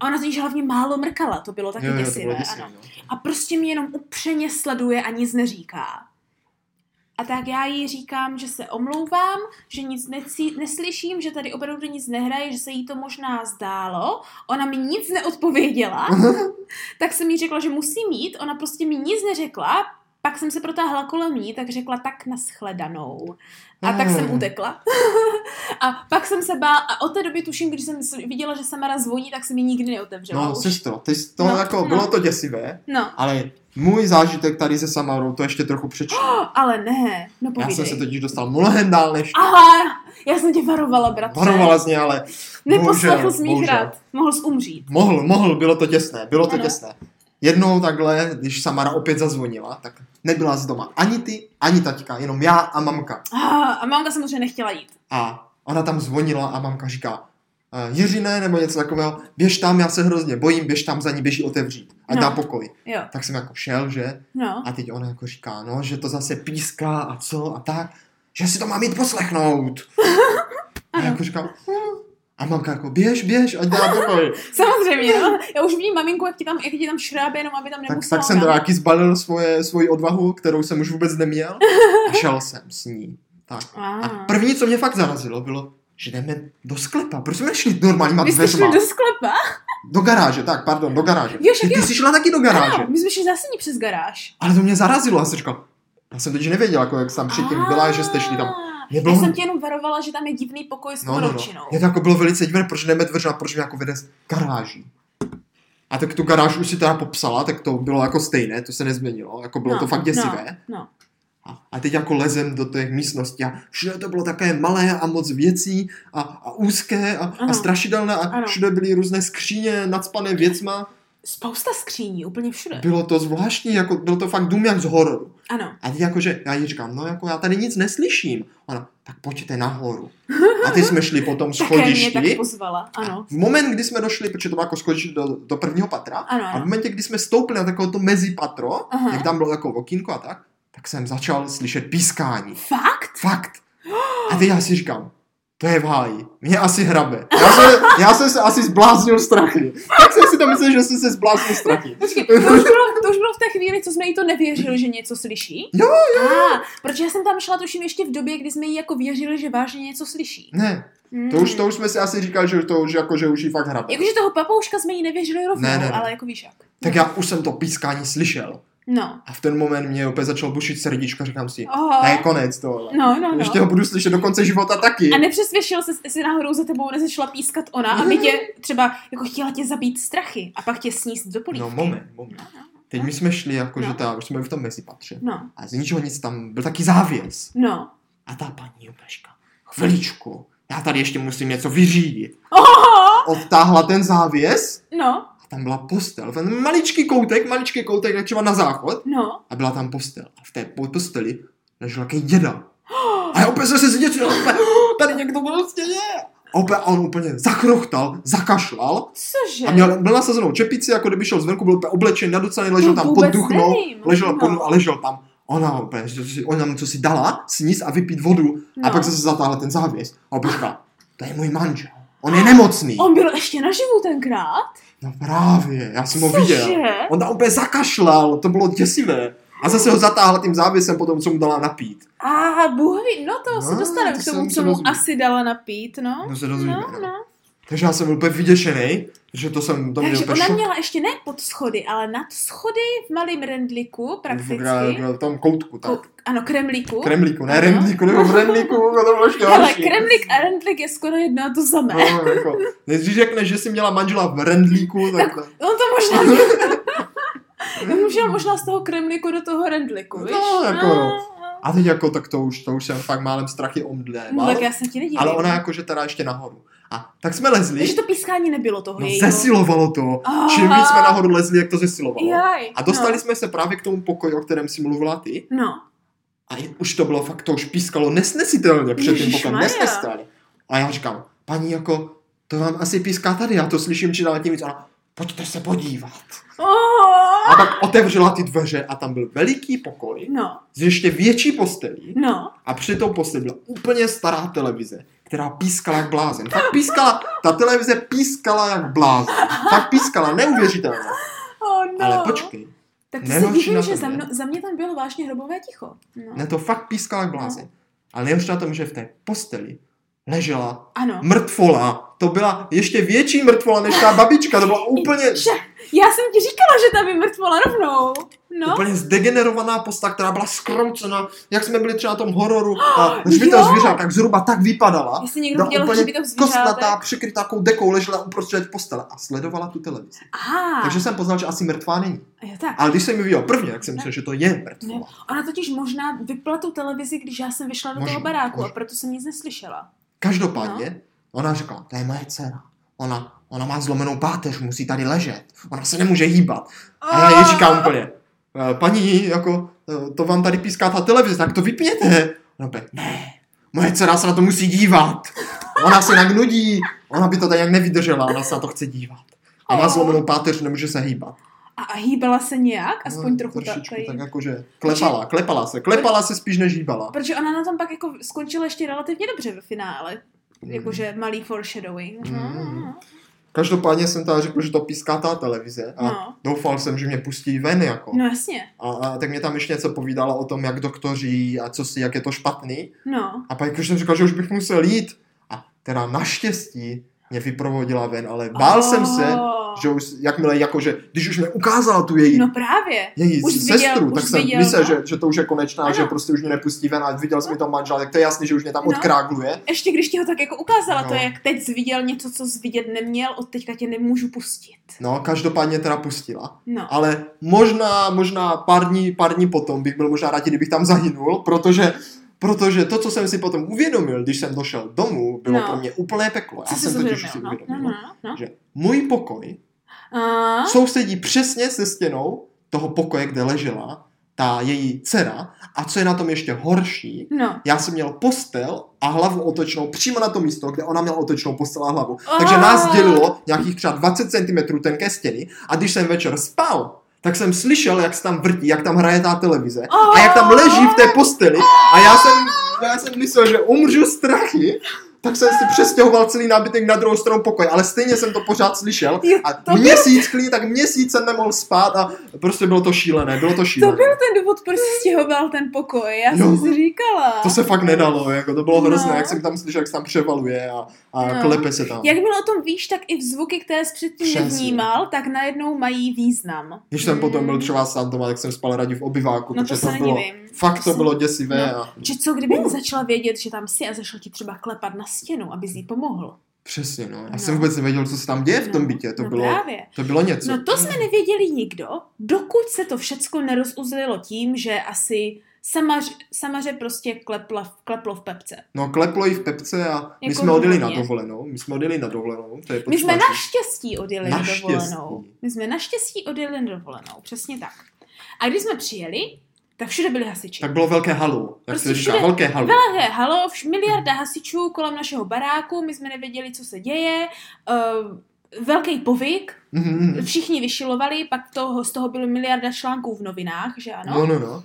[SPEAKER 2] A ona totiž hlavně málo mrkala, to bylo taky
[SPEAKER 1] Jo, jo, to bylo
[SPEAKER 2] děsivé,
[SPEAKER 1] děsivé,
[SPEAKER 2] ano.
[SPEAKER 1] no.
[SPEAKER 2] A prostě mě jenom upřeně sleduje a nic neříká. A tak já jí říkám, že se omlouvám, že nic necí, neslyším, že tady opravdu nic nehraje, že se jí to možná zdálo. Ona mi nic neodpověděla, tak jsem jí řekla, že musím jít, ona prostě mi nic neřekla, pak jsem se protáhla kolem ní, tak řekla tak nashledanou. A tak jsem
[SPEAKER 1] Hmm.
[SPEAKER 2] utekla. a pak jsem se bála a od té doby tuším, když jsem s- viděla, že Samara zvoní, tak jsem ji nikdy neotevřela.
[SPEAKER 1] No,
[SPEAKER 2] už.
[SPEAKER 1] sestro, ty jsi to
[SPEAKER 2] No,
[SPEAKER 1] jako,
[SPEAKER 2] no.
[SPEAKER 1] bylo to děsivé,
[SPEAKER 2] no.
[SPEAKER 1] ale můj zážitek tady se Samarou to ještě trochu přečtu.
[SPEAKER 2] Ale ne, no
[SPEAKER 1] Já
[SPEAKER 2] povídej.
[SPEAKER 1] jsem se totiž dostal mnohem dál než ty.
[SPEAKER 2] Aha, já jsem tě varovala, bratře.
[SPEAKER 1] Varovala z něj, vlastně, ale
[SPEAKER 2] Neposlechl
[SPEAKER 1] bohužel,
[SPEAKER 2] jsi mých
[SPEAKER 1] bohužel.
[SPEAKER 2] rad. Mohl jsi umřít.
[SPEAKER 1] mohl, mohl, bylo to těsné, bylo to
[SPEAKER 2] Ano.
[SPEAKER 1] těsné. Jednou takhle, když Samara opět zazvonila, tak nebyla z doma ani ty, ani taťka, jenom já a mamka.
[SPEAKER 2] Ah, a mamka samozřejmě nechtěla jít.
[SPEAKER 1] A ona tam zvonila a mamka říká, "Eh, Jiřine nebo něco takového, běž tam, já se hrozně bojím, běž tam, za ní běží otevřít. A
[SPEAKER 2] No.
[SPEAKER 1] dá pokoj.
[SPEAKER 2] Jo,
[SPEAKER 1] Tak jsem jako šel, že?
[SPEAKER 2] no.
[SPEAKER 1] A teď ona jako říká, no, že to zase píská a co a tak, že si to mám jít poslechnout. A já
[SPEAKER 2] Ano.
[SPEAKER 1] jako říkám, "Hm." a mamka jako, běž, běž, ať dá pokoj.
[SPEAKER 2] Samozřejmě, no. Já už vidím maminku, jak ti tam, jak ti tam šrábe, jenom aby tam
[SPEAKER 1] tak,
[SPEAKER 2] nemusela.
[SPEAKER 1] tak jsem
[SPEAKER 2] dát.
[SPEAKER 1] teda taky zbalil svoje, svoji odvahu, kterou jsem už vůbec neměl a šel jsem s ní. Tak. A
[SPEAKER 2] Ah.
[SPEAKER 1] první, co mě fakt zarazilo, bylo, že jdeme do sklepa. Proč jsme nešli normálníma
[SPEAKER 2] Vy jste šli
[SPEAKER 1] dveřma?
[SPEAKER 2] do sklepa?
[SPEAKER 1] Do garáže, tak, pardon, do garáže.
[SPEAKER 2] Jo, však
[SPEAKER 1] Ty, ty
[SPEAKER 2] jo.
[SPEAKER 1] jsi šla taky do garáže.
[SPEAKER 2] Ano, my jsme šli zase ní přes garáž.
[SPEAKER 1] Ale to mě zarazilo, já jsem říkal, já jsem totiž nevěděl, jako jak jsem předtím byla, že jste šli tam.
[SPEAKER 2] Ah,
[SPEAKER 1] Nebylo-
[SPEAKER 2] Já jsem tě jenom varovala, že tam je divný pokoj s
[SPEAKER 1] No, no, no.
[SPEAKER 2] konopčinou.
[SPEAKER 1] Je to jako bylo velice divné, proč jdeme dveřma, proč mě jako vede z garáží. A tak tu garáž už si teda popsala, tak to bylo jako stejné, to se nezměnilo, jako bylo
[SPEAKER 2] No,
[SPEAKER 1] to fakt děsivé.
[SPEAKER 2] no.
[SPEAKER 1] A, a teď jako lezem do té místnosti a všude to bylo také malé a moc věcí a, a úzké a, a
[SPEAKER 2] Ano.
[SPEAKER 1] strašidelné a
[SPEAKER 2] Ano.
[SPEAKER 1] všude byly různé skříně nadspané věcma.
[SPEAKER 2] Spousta skříní, úplně všude.
[SPEAKER 1] Bylo to zvláštní, jako byl to fakt dům jak z hororu.
[SPEAKER 2] Ano.
[SPEAKER 1] A teď jakože, já jí říkám, no jako já tady nic neslyším. Ona, tak pojďte nahoru. A ty jsme šli po tom
[SPEAKER 2] Také mě tak
[SPEAKER 1] schodišti.
[SPEAKER 2] pozvala. Ano.
[SPEAKER 1] V moment, kdy jsme došli, protože to bylo jako schodiště do, do prvního patra,
[SPEAKER 2] Ano,
[SPEAKER 1] a v
[SPEAKER 2] ano.
[SPEAKER 1] momentě, kdy jsme stoupili na takové to mezipatro,
[SPEAKER 2] Aha.
[SPEAKER 1] jak tam bylo jako okýnko a tak, tak jsem začal slyšet pískání.
[SPEAKER 2] Fakt?
[SPEAKER 1] Fakt. A teď já si říkám, to je v háji. Mě asi hrabe. Já jsem, já jsem se asi zbláznil strachy. Tak jsem si to myslel, že jsem se zbláznil strachy.
[SPEAKER 2] Počkej, to už, bylo, to už bylo v té chvíli, co jsme jí to nevěřili, že něco slyší?
[SPEAKER 1] Jo,
[SPEAKER 2] jo. Ah, protože já jsem tam šla tuším ještě v době, kdy jsme jí jako věřili, že vážně něco slyší.
[SPEAKER 1] Ne,
[SPEAKER 2] Mm.
[SPEAKER 1] to už, to už jsme si asi říkali, že to už, jako, že už jí fakt hrabe.
[SPEAKER 2] Jakože toho papouška jsme jí nevěřili rovnou,
[SPEAKER 1] Ne, ne, ne.
[SPEAKER 2] ale jako víš jak.
[SPEAKER 1] Tak já už jsem to pískání slyšel.
[SPEAKER 2] No.
[SPEAKER 1] A v ten moment mě opět začal bušit srdíčko, říkám si,
[SPEAKER 2] Oho.
[SPEAKER 1] to je konec tohle.
[SPEAKER 2] No, no, no.
[SPEAKER 1] jako Ještě ho budu slyšet do konce života taky.
[SPEAKER 2] A nepřesvědčil se, jestli náhodou za tebou nezačala pískat ona a my tě třeba jako chtěla tě zabít strachy a pak tě sníst do polívky.
[SPEAKER 1] No moment, moment. Teď my jsme šli, jakože
[SPEAKER 2] No.
[SPEAKER 1] ta, už jsme byli v tom mezipatře.
[SPEAKER 2] No,
[SPEAKER 1] A z ničeho nic tam byl taky závěs.
[SPEAKER 2] no.
[SPEAKER 1] A ta paní Jupeška, chviličku, já tady ještě musím něco vyřídit.
[SPEAKER 2] Oho,
[SPEAKER 1] Odtáhla ten závěs
[SPEAKER 2] no,
[SPEAKER 1] a tam byla postel. Ten maličký koutek, maličký koutek, jak třeba na záchod.
[SPEAKER 2] no.
[SPEAKER 1] A byla tam postel. A v té po- posteli ležel jaký děda. A já opět jsem se zděsil, tady někdo prostě je. A opět on úplně zakrochtal, zakašlal
[SPEAKER 2] Cože?
[SPEAKER 1] a měl, byl nasazenou čepici, jako kdyby šel zvenku, byl úplně oblečen, naducaný, ležel
[SPEAKER 2] To
[SPEAKER 1] tam pod
[SPEAKER 2] vůbec
[SPEAKER 1] duchnou,
[SPEAKER 2] nevím,
[SPEAKER 1] ležel
[SPEAKER 2] no.
[SPEAKER 1] pod duchnou a ležel tam. Ona, úplně, že si, ona mu co si dala, sníst a vypít vodu no. a
[SPEAKER 2] No.
[SPEAKER 1] pak zase zatáhla ten závěs. A opět říká, to je můj manžel, on je nemocný.
[SPEAKER 2] On byl ještě naživu tenkrát?
[SPEAKER 1] No právě, já jsem ho viděl.
[SPEAKER 2] Cože?
[SPEAKER 1] On tam úplně zakašlal, to bylo děsivé. A zase ho zatáhla tím závěsem potom, co mu dala napít.
[SPEAKER 2] A bůh ví, no to
[SPEAKER 1] No,
[SPEAKER 2] se dostaneme
[SPEAKER 1] to
[SPEAKER 2] k
[SPEAKER 1] se
[SPEAKER 2] tomu,
[SPEAKER 1] musím
[SPEAKER 2] co mu
[SPEAKER 1] dozvědět.
[SPEAKER 2] asi dala napít, no.
[SPEAKER 1] No se dozvíme.
[SPEAKER 2] No, no.
[SPEAKER 1] Takže já jsem byl úplně vyděšený, že to jsem, to mě
[SPEAKER 2] Takže
[SPEAKER 1] úplně
[SPEAKER 2] ona
[SPEAKER 1] šok.
[SPEAKER 2] měla ještě ne pod schody, ale nad schody v malém rendliku prakticky.
[SPEAKER 1] V tom koutku, tak.
[SPEAKER 2] Ko- Ano, kremlíku.
[SPEAKER 1] Kremlíku, ne
[SPEAKER 2] Ano.
[SPEAKER 1] Remlíku, nebo v Remlíku, to bylo ještě
[SPEAKER 2] Ale
[SPEAKER 1] horší.
[SPEAKER 2] kremlík a rendlik je skoro jedno a to samé.
[SPEAKER 1] No, jako, když řekneš, že jsi měla manžela v rendlíku, tak... tak
[SPEAKER 2] On to možná měl. On šel možná z toho kremliku do toho rendliku, víš?
[SPEAKER 1] No, jako
[SPEAKER 2] No,
[SPEAKER 1] jo.
[SPEAKER 2] no.
[SPEAKER 1] a teď jako, tak to už, to už jsem fakt málem strachy omdléval.
[SPEAKER 2] No, tak já se ti nedívám.
[SPEAKER 1] ale ona jakože teda ještě nahoru. A tak jsme lezli,
[SPEAKER 2] Takže to pískání nebylo toho
[SPEAKER 1] no,
[SPEAKER 2] jejího.
[SPEAKER 1] zesilovalo to.
[SPEAKER 2] Aha. No.
[SPEAKER 1] Čím víc jsme nahoru lezli, jak to zesilovalo.
[SPEAKER 2] Jaj,
[SPEAKER 1] A dostali jsme se právě k tomu pokoji, o kterém si mluvila ty.
[SPEAKER 2] No. no.
[SPEAKER 1] A i- už to bylo fakt, to už pískalo nesnesitelně před tím pokojem.
[SPEAKER 2] Ježišmarja.
[SPEAKER 1] Nesnesitelně. A já říkám, paní jako, to vám asi píská tady, já to slyším čím dál tím víc. Ona, pojďte se podívat.
[SPEAKER 2] Oh,
[SPEAKER 1] A tak otevřela ty dveře a tam byl veliký pokoj
[SPEAKER 2] no,
[SPEAKER 1] s ještě větší postelí
[SPEAKER 2] no.
[SPEAKER 1] a při tom posteli byla úplně stará televize, která pískala jak blázen. Tak pískala, ta televize pískala jak blázen. Tak pískala, neuvěřitelně.
[SPEAKER 2] Oh, no.
[SPEAKER 1] Ale počkej,
[SPEAKER 2] Tak ty se
[SPEAKER 1] Nejhorší na
[SPEAKER 2] dívej, že
[SPEAKER 1] tom je-
[SPEAKER 2] za, mno, za mě tam bylo vážně hrobové ticho. No.
[SPEAKER 1] ne to fakt pískala jak blázen. Ale nejhorší na tom, že v té posteli ležela
[SPEAKER 2] Ano.
[SPEAKER 1] mrtvola. To byla ještě větší mrtvola než ta babička, to byla úplně,
[SPEAKER 2] Že, já jsem ti říkala, že tam je mrtvola rovnou. No.
[SPEAKER 1] úplně zdegenerovaná posta, která byla skroucená, jak jsme byli třeba na tom hororu a to
[SPEAKER 2] jo.
[SPEAKER 1] zvířat, tak zhruba tak vypadala.
[SPEAKER 2] Jestli někdo
[SPEAKER 1] Byla
[SPEAKER 2] viděl
[SPEAKER 1] úplně jako
[SPEAKER 2] hřbitov
[SPEAKER 1] kostnatá,
[SPEAKER 2] zvířátek.
[SPEAKER 1] přikrytá takovou dekou, ležela uprostřed postele a sledovala tu televizi.
[SPEAKER 2] Aha.
[SPEAKER 1] Takže jsem poznal, že asi mrtvá není.
[SPEAKER 2] Jo, tak.
[SPEAKER 1] Ale když jsem ji viděl prvně, tak jsem myslel, že to je mrtvá.
[SPEAKER 2] Ona totiž možná vypla tu televizi, když já jsem vyšla do
[SPEAKER 1] Možná,
[SPEAKER 2] toho baráku
[SPEAKER 1] možná.
[SPEAKER 2] a proto jsem nic neslyšela.
[SPEAKER 1] Každopádně,
[SPEAKER 2] No.
[SPEAKER 1] ona říkala, to je moje dcera. Ona, ona má zlomenou páteř, musí tady ležet. Ona se nemůže hýbat. A já jí říkám úplně, "Eh, paní, jako, eh, to vám tady píská ta televize, tak to vypněte. Ona úplně, ne, moje dcera se na to musí dívat. Ona se tak nudí, ona by to tak nějak nevydržela, ona se na to chce dívat. A má zlomenou páteř, nemůže se hýbat.
[SPEAKER 2] A, a hýbala se nějak? Aspoň
[SPEAKER 1] No,
[SPEAKER 2] trochu ta,
[SPEAKER 1] trošičku,
[SPEAKER 2] tady.
[SPEAKER 1] tak jakože klepala, klepala se, klepala se spíš než hýbala.
[SPEAKER 2] Protože ona na tom pak jako skončila ještě relativně dobře ve finále. Jakože malý foreshadowing.
[SPEAKER 1] Mm.
[SPEAKER 2] Mm.
[SPEAKER 1] Každopádně jsem teda řekl, že to píská ta televize a
[SPEAKER 2] No.
[SPEAKER 1] doufal jsem, že mě pustí ven jako.
[SPEAKER 2] No jasně.
[SPEAKER 1] A, a, tak mě tam ještě něco povídala o tom, jak doktoři a co si, jak je to špatný.
[SPEAKER 2] No.
[SPEAKER 1] A pak jakož jsem říkal, že už bych musel jít. A teda naštěstí mě vyprovodila ven, ale bál jsem se, Že už, jakmile jakože, když už mi ukázala tu její,
[SPEAKER 2] No právě.
[SPEAKER 1] její
[SPEAKER 2] už viděl,
[SPEAKER 1] sestru,
[SPEAKER 2] už
[SPEAKER 1] tak jsem
[SPEAKER 2] viděl,
[SPEAKER 1] myslel,
[SPEAKER 2] no.
[SPEAKER 1] že, že to už je konečná,
[SPEAKER 2] Ano.
[SPEAKER 1] že prostě už mě nepustí ven a viděl jsi mi tam manžel, tak to je jasný, že už mě tam
[SPEAKER 2] No.
[SPEAKER 1] odkrágluje.
[SPEAKER 2] Ještě když ti ho tak jako ukázala,
[SPEAKER 1] No.
[SPEAKER 2] to jak teď jsi viděl něco, co jsi vidět neměl, od teďka tě nemůžu pustit.
[SPEAKER 1] No, každopádně teda pustila.
[SPEAKER 2] No.
[SPEAKER 1] Ale možná, možná pár dní, pár dní potom bych byl možná rád, kdybych tam zahynul, protože Protože to, co jsem si potom uvědomil, když jsem došel domů, bylo
[SPEAKER 2] No.
[SPEAKER 1] pro mě úplné peklo.
[SPEAKER 2] Co
[SPEAKER 1] Já
[SPEAKER 2] jsi
[SPEAKER 1] jsem totiž si
[SPEAKER 2] uvědomil? No, no,
[SPEAKER 1] uvědomil,
[SPEAKER 2] no, no.
[SPEAKER 1] že můj pokoj
[SPEAKER 2] A,
[SPEAKER 1] sousedí přesně se stěnou toho pokoje, kde ležela ta její dcera. A co je na tom ještě horší,
[SPEAKER 2] no.
[SPEAKER 1] já jsem měl postel a hlavu otočnou přímo na to místo, kde ona měla otočnou postel a hlavu.
[SPEAKER 2] A.
[SPEAKER 1] Takže nás dělilo nějakých třeba 20 cm tenké stěny a když jsem večer spal, tak jsem slyšel, jak se tam vrtí, jak tam hraje ta televize a jak tam leží v té posteli a já jsem, já jsem myslel, že umřu strachy, tak jsem si přestěhoval celý nábytek na druhou stranu pokoje, ale stejně jsem to pořád slyšel
[SPEAKER 2] Jo, to
[SPEAKER 1] a
[SPEAKER 2] byl-
[SPEAKER 1] měsíc, klidně tak měsíc jsem nemohl spát a prostě bylo to šílené, bylo to
[SPEAKER 2] To
[SPEAKER 1] šílené.
[SPEAKER 2] byl ten důvod, proč jsi stěhoval ten pokoj, já
[SPEAKER 1] Jo.
[SPEAKER 2] jsem si říkala.
[SPEAKER 1] To se fakt nedalo, jako to bylo
[SPEAKER 2] No.
[SPEAKER 1] hrozné, jak jsem tam slyšel, jak se tam převaluje a, a
[SPEAKER 2] No.
[SPEAKER 1] klepe se tam.
[SPEAKER 2] Jakmile o tom víš, tak i v zvuky, které jsi předtím
[SPEAKER 1] Přesně.
[SPEAKER 2] nevnímal, tak najednou mají význam.
[SPEAKER 1] Když jsem potom byl
[SPEAKER 2] Hmm.
[SPEAKER 1] třeba sám doma, tak jsem spal raději v obyváku,
[SPEAKER 2] No to
[SPEAKER 1] protože
[SPEAKER 2] se
[SPEAKER 1] to bylo, Hmm.
[SPEAKER 2] nedivím.
[SPEAKER 1] fakt to
[SPEAKER 2] se-
[SPEAKER 1] bylo děsivé
[SPEAKER 2] No.
[SPEAKER 1] a
[SPEAKER 2] Že co, kdyby začala vědět, že tam jsi a zašel ti třeba klepat na stěnu, aby jí pomohl.
[SPEAKER 1] přesně, no. Já
[SPEAKER 2] No.
[SPEAKER 1] jsem vůbec nevěděl, co se tam děje v tom
[SPEAKER 2] No,
[SPEAKER 1] bytě, to
[SPEAKER 2] no
[SPEAKER 1] bylo,
[SPEAKER 2] Právě.
[SPEAKER 1] to bylo něco.
[SPEAKER 2] No to jsme nevěděli nikdo, dokud se to všecko nerozuzlilo tím, že asi samař, samaře prostě klepla, v- kleplo v pepce.
[SPEAKER 1] No, kleplo jí v pepce a my
[SPEAKER 2] Jako
[SPEAKER 1] jsme odjeli na
[SPEAKER 2] hodně.
[SPEAKER 1] dovolenou. My jsme odjeli na dovolenou, to je
[SPEAKER 2] My
[SPEAKER 1] potřeba
[SPEAKER 2] jsme
[SPEAKER 1] říct.
[SPEAKER 2] naštěstí odjeli na
[SPEAKER 1] Naštěstí.
[SPEAKER 2] dovolenou. My jsme naštěstí odjeli na dovolenou, přesně tak. A když jsme přijeli, tak všude byli hasiči.
[SPEAKER 1] Tak bylo velké halu, jak
[SPEAKER 2] Prostě
[SPEAKER 1] se říká,
[SPEAKER 2] všude-
[SPEAKER 1] velké halu.
[SPEAKER 2] Hele, he, halo, vš- miliarda hasičů kolem našeho baráku, my jsme nevěděli, co se děje, uh, velký povyk,
[SPEAKER 1] Mhm.
[SPEAKER 2] všichni vyšilovali, pak toho, z toho bylo miliarda článků v novinách, že ano?
[SPEAKER 1] No, no, no.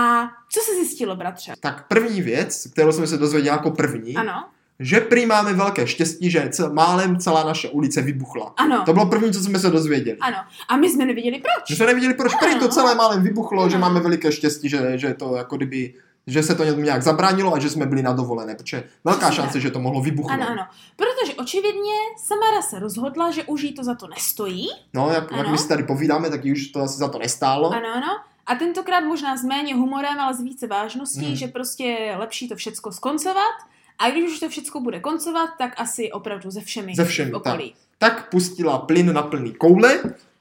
[SPEAKER 2] A co se zjistilo, bratře?
[SPEAKER 1] Tak první věc, kterou jsme se dozvěděli jako první,
[SPEAKER 2] Ano,
[SPEAKER 1] že prý máme velké štěstí, že cel, málem celá naše ulice vybuchla.
[SPEAKER 2] ano,
[SPEAKER 1] To bylo první, co jsme se dozvěděli.
[SPEAKER 2] ano. A my jsme nevěděli proč.
[SPEAKER 1] Že jsme neviděli, proč prý to celé málem vybuchlo, že
[SPEAKER 2] Ano.
[SPEAKER 1] máme veliké štěstí, že, že to jako kdyby že se to nějak zabránilo a že jsme byli na dovolené, protože velká
[SPEAKER 2] Přesně
[SPEAKER 1] šance,
[SPEAKER 2] tak.
[SPEAKER 1] že to mohlo vybuchnout.
[SPEAKER 2] Ano, ano. Protože očividně Samara se rozhodla, že už jí to za to nestojí.
[SPEAKER 1] No, jak, jak
[SPEAKER 2] Ano.
[SPEAKER 1] my si tady povídáme, tak jí už to asi za to nestálo.
[SPEAKER 2] Ano, ano. A tentokrát možná s méně humorem, ale s více vážností,
[SPEAKER 1] Hmm.
[SPEAKER 2] že prostě je lepší to všecko skoncovat. A když už to všecko bude koncovat, tak asi opravdu ze všemi
[SPEAKER 1] Ze všemi,
[SPEAKER 2] v okolí.
[SPEAKER 1] tak pustila plyn na plný koule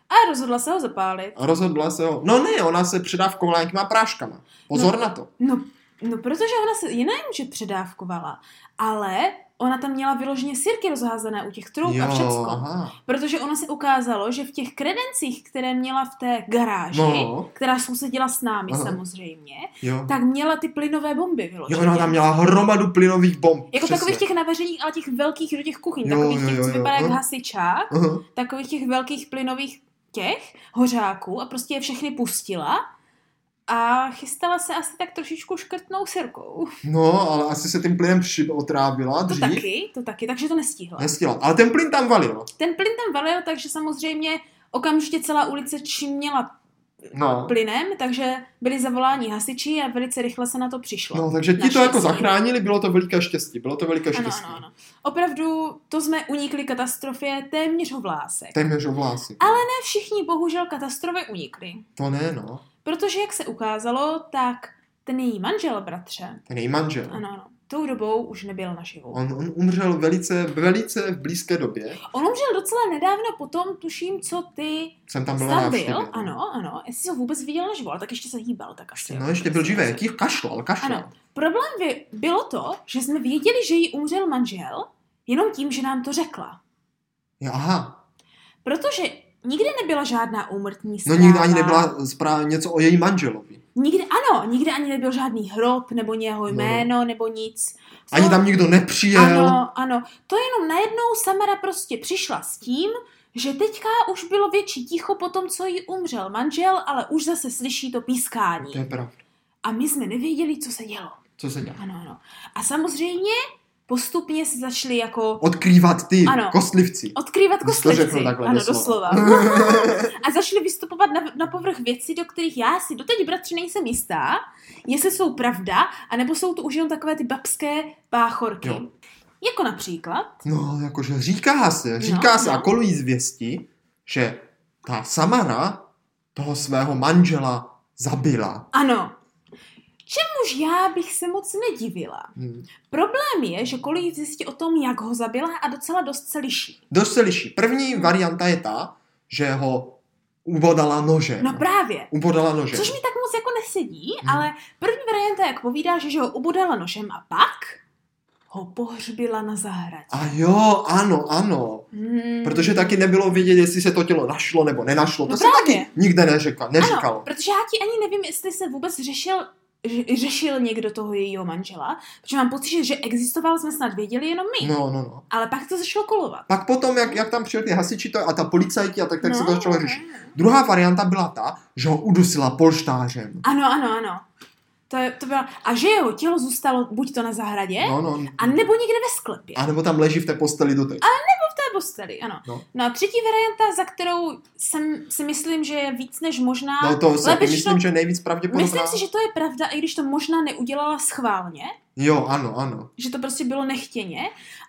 [SPEAKER 2] A rozhodla se ho zapálit.
[SPEAKER 1] a rozhodla se ho. No ne, ona se předávkovala nějakýma práškama. Pozor no. na to.
[SPEAKER 2] No, no protože ona se jiné že předávkovala, ale ona tam měla vyloženě sirky rozházené u těch troub a všecko.
[SPEAKER 1] aha.
[SPEAKER 2] Protože ono se ukázalo, že v těch kredencích, které měla v té garáži,
[SPEAKER 1] No.
[SPEAKER 2] která sousedila s námi
[SPEAKER 1] Aha.
[SPEAKER 2] samozřejmě,
[SPEAKER 1] Jo.
[SPEAKER 2] tak měla ty plynové bomby vyloženě.
[SPEAKER 1] jo, no, ona tam měla hromadu plynových bomb.
[SPEAKER 2] Jako
[SPEAKER 1] přesně.
[SPEAKER 2] takových těch naveřejných, ale těch velkých do těch kuchyň,
[SPEAKER 1] Jo,
[SPEAKER 2] takových
[SPEAKER 1] jo,
[SPEAKER 2] těch,
[SPEAKER 1] jo,
[SPEAKER 2] co
[SPEAKER 1] jo,
[SPEAKER 2] vypadá jak
[SPEAKER 1] jo.
[SPEAKER 2] hasičák,
[SPEAKER 1] Aha.
[SPEAKER 2] takových těch velkých plynových těch hořáků a prostě je všechny pustila a chystala se asi tak trošičku škrtnou sirkou.
[SPEAKER 1] No, ale asi se tím plynem při- otrávila
[SPEAKER 2] To
[SPEAKER 1] dřív.
[SPEAKER 2] taky, to taky, takže to nestihla.
[SPEAKER 1] Nestihla. Ale ten plyn tam valil.
[SPEAKER 2] Ten plyn tam valil, takže samozřejmě okamžitě celá ulice číměla
[SPEAKER 1] No.
[SPEAKER 2] plynem, takže byli zavoláni hasiči a velice rychle se na to přišlo.
[SPEAKER 1] No, takže ti to
[SPEAKER 2] Naštěstí.
[SPEAKER 1] jako zachránili, bylo to veliké štěstí. Bylo to veliké
[SPEAKER 2] ano,
[SPEAKER 1] štěstí.
[SPEAKER 2] ano, ano. Opravdu, to jsme unikli katastrofě téměř o vlásek.
[SPEAKER 1] Téměř ovlásy.
[SPEAKER 2] Ale Ne všichni bohužel katastrofě unikli.
[SPEAKER 1] To ne, no.
[SPEAKER 2] Protože, jak se ukázalo, tak ten její manžel, bratře,
[SPEAKER 1] Ten její manžel.
[SPEAKER 2] ano, ano, tou dobou už nebyl naživu.
[SPEAKER 1] On, on umřel velice, velice v blízké době.
[SPEAKER 2] On umřel docela nedávno potom, tuším, co ty
[SPEAKER 1] Jsem tam byla
[SPEAKER 2] tam
[SPEAKER 1] návštěvě.
[SPEAKER 2] byl. Ano, ano, jestli jsi ho vůbec viděl naživu, ale tak ještě se hýbal, tak asi. jako
[SPEAKER 1] No, ještě byl živý, jaký kašlal, kašlal.
[SPEAKER 2] Ano. Problém by- bylo to, že jsme věděli, že jí umřel manžel, jenom tím, že nám to řekla.
[SPEAKER 1] Jo, Aha,
[SPEAKER 2] Protože nikdy nebyla žádná úmrtní
[SPEAKER 1] no
[SPEAKER 2] zpráva.
[SPEAKER 1] nikdy ani nebyla zpráva něco o její manželovi.
[SPEAKER 2] Nikdy, ano, nikdy ani nebyl žádný hrob, nebo jeho
[SPEAKER 1] No, no.
[SPEAKER 2] jméno, nebo nic.
[SPEAKER 1] Ani
[SPEAKER 2] Co-
[SPEAKER 1] tam nikdo nepřijel.
[SPEAKER 2] Ano, ano. To jenom najednou Samara prostě přišla s tím, že teďka už bylo větší ticho po tom, co jí umřel manžel, ale už zase slyší to pískání.
[SPEAKER 1] To je pravda.
[SPEAKER 2] A my jsme nevěděli, co se dělo.
[SPEAKER 1] Co se dělá?
[SPEAKER 2] Ano, ano. A samozřejmě postupně se začaly jako
[SPEAKER 1] Odkrývat ty
[SPEAKER 2] Ano.
[SPEAKER 1] kostlivci.
[SPEAKER 2] odkrývat
[SPEAKER 1] Jsi to
[SPEAKER 2] kostlivci.
[SPEAKER 1] řekl takhle
[SPEAKER 2] Ano,
[SPEAKER 1] doslova.
[SPEAKER 2] doslova. A začaly vystupovat na, na povrch věci, do kterých já si doteď, bratři, nejsem jistá, jestli jsou pravda, anebo jsou to už jenom takové ty babské páchorky.
[SPEAKER 1] Jo.
[SPEAKER 2] Jako například,
[SPEAKER 1] No, jakože říká se, říká
[SPEAKER 2] No,
[SPEAKER 1] se
[SPEAKER 2] no.
[SPEAKER 1] a kolují zvěsti, že ta Samara toho svého manžela zabila.
[SPEAKER 2] ano, čemuž já bych se moc nedivila.
[SPEAKER 1] Hm.
[SPEAKER 2] Problém je, že kolik zjistí o tom, jak ho zabila a docela dost se liší.
[SPEAKER 1] Dost se liší. První varianta je ta, že ho ubodala nožem.
[SPEAKER 2] No právě.
[SPEAKER 1] ubodala nožem.
[SPEAKER 2] Což mi tak moc jako nesedí,
[SPEAKER 1] Mhm.
[SPEAKER 2] ale první varianta, jak povídá, že, že ho ubodala nožem a pak ho pohřbila na zahradě.
[SPEAKER 1] A jo, ano, ano.
[SPEAKER 2] Hmm.
[SPEAKER 1] Protože taky nebylo vidět, jestli se to tělo našlo nebo nenašlo. To
[SPEAKER 2] No
[SPEAKER 1] se
[SPEAKER 2] právě.
[SPEAKER 1] taky nikde neříkal, neříkalo.
[SPEAKER 2] Ano, protože já ti ani nevím, jestli se vůbec řešil, ž- řešil někdo toho jejího manžela, protože mám pocit, že- že existoval, jsme snad věděli jenom my.
[SPEAKER 1] No, no, no.
[SPEAKER 2] Ale pak to začalo kolovat.
[SPEAKER 1] Pak potom, jak, jak tam přijeli ty hasiči to, a ta policajti a tak, tak
[SPEAKER 2] no,
[SPEAKER 1] no, se to začalo
[SPEAKER 2] ne.
[SPEAKER 1] řešit. Druhá varianta byla ta, že ho udusila polštářem.
[SPEAKER 2] Ano, ano, ano. To, je, to byla, a že jeho tělo zůstalo buď to na zahradě,
[SPEAKER 1] No, no.
[SPEAKER 2] A nebo někde ve sklepě.
[SPEAKER 1] A nebo tam leží v té posteli doteď.
[SPEAKER 2] V té posteli, ano. No.
[SPEAKER 1] No.
[SPEAKER 2] no a třetí varianta, za kterou jsem, si myslím, že je víc než možná.
[SPEAKER 1] No to jako se
[SPEAKER 2] Lepiš
[SPEAKER 1] myslím,
[SPEAKER 2] to-
[SPEAKER 1] že je nejvíc pravděpodobná.
[SPEAKER 2] Myslím si, že to je pravda, i když to možná neudělala schválně,
[SPEAKER 1] Jo, ano, ano.
[SPEAKER 2] že to prostě bylo nechtěně,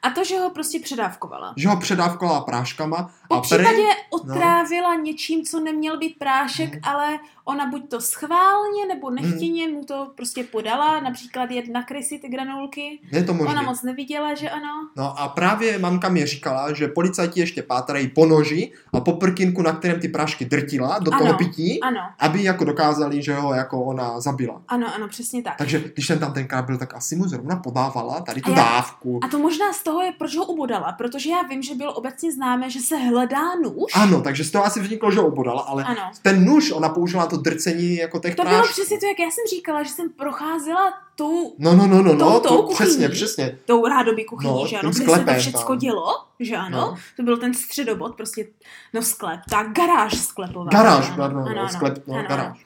[SPEAKER 2] a to, že ho prostě předávkovala.
[SPEAKER 1] Že ho předávkovala práškama
[SPEAKER 2] Po
[SPEAKER 1] a
[SPEAKER 2] případě
[SPEAKER 1] prej,
[SPEAKER 2] otrávila něčím, co neměl být prášek,
[SPEAKER 1] No.
[SPEAKER 2] ale ona buď to schválně nebo
[SPEAKER 1] Mhm.
[SPEAKER 2] nechtěně mu to prostě podala, například jedna krysy ty granulky.
[SPEAKER 1] je to možné.
[SPEAKER 2] Ona moc neviděla, že ano.
[SPEAKER 1] No a právě mamka mi říkala, že policajti ještě pátrají po noži a po prkinku, na kterém ty prášky drtila do
[SPEAKER 2] Ano.
[SPEAKER 1] toho pití,
[SPEAKER 2] Ano,
[SPEAKER 1] aby jako dokázali, že ho jako ona zabila.
[SPEAKER 2] ano, ano, přesně tak.
[SPEAKER 1] Takže když jsem tam tenkrát byl, tak asi mu zrovna podávala tady tu
[SPEAKER 2] A já-
[SPEAKER 1] dávku.
[SPEAKER 2] A to možná z toho je, proč ho ubodala, protože já vím, že bylo obecně známé, že se hledá nůž.
[SPEAKER 1] Ano, takže z toho asi vzniklo, že ho podala, ale
[SPEAKER 2] Ano.
[SPEAKER 1] ten nůž, ona použila to drcení jako těch
[SPEAKER 2] To
[SPEAKER 1] prášků.
[SPEAKER 2] bylo přesně to, jak já jsem říkala, že jsem procházela tou,
[SPEAKER 1] No, no, no, no,
[SPEAKER 2] Tou-
[SPEAKER 1] no,
[SPEAKER 2] tou
[SPEAKER 1] to,
[SPEAKER 2] kuchyní.
[SPEAKER 1] přesně, přesně.
[SPEAKER 2] tou rádoby kuchyní,
[SPEAKER 1] No,
[SPEAKER 2] že ano,
[SPEAKER 1] tím
[SPEAKER 2] kde se to
[SPEAKER 1] sklepem
[SPEAKER 2] všecko
[SPEAKER 1] tam.
[SPEAKER 2] dělo, že ano.
[SPEAKER 1] No.
[SPEAKER 2] To byl ten středobod, prostě, no sklep, ta garáž sklepová.
[SPEAKER 1] Garáž,
[SPEAKER 2] že ano.
[SPEAKER 1] pardon,
[SPEAKER 2] Ano,
[SPEAKER 1] no,
[SPEAKER 2] ano,
[SPEAKER 1] sklep, no,
[SPEAKER 2] ano, ano.
[SPEAKER 1] garáž.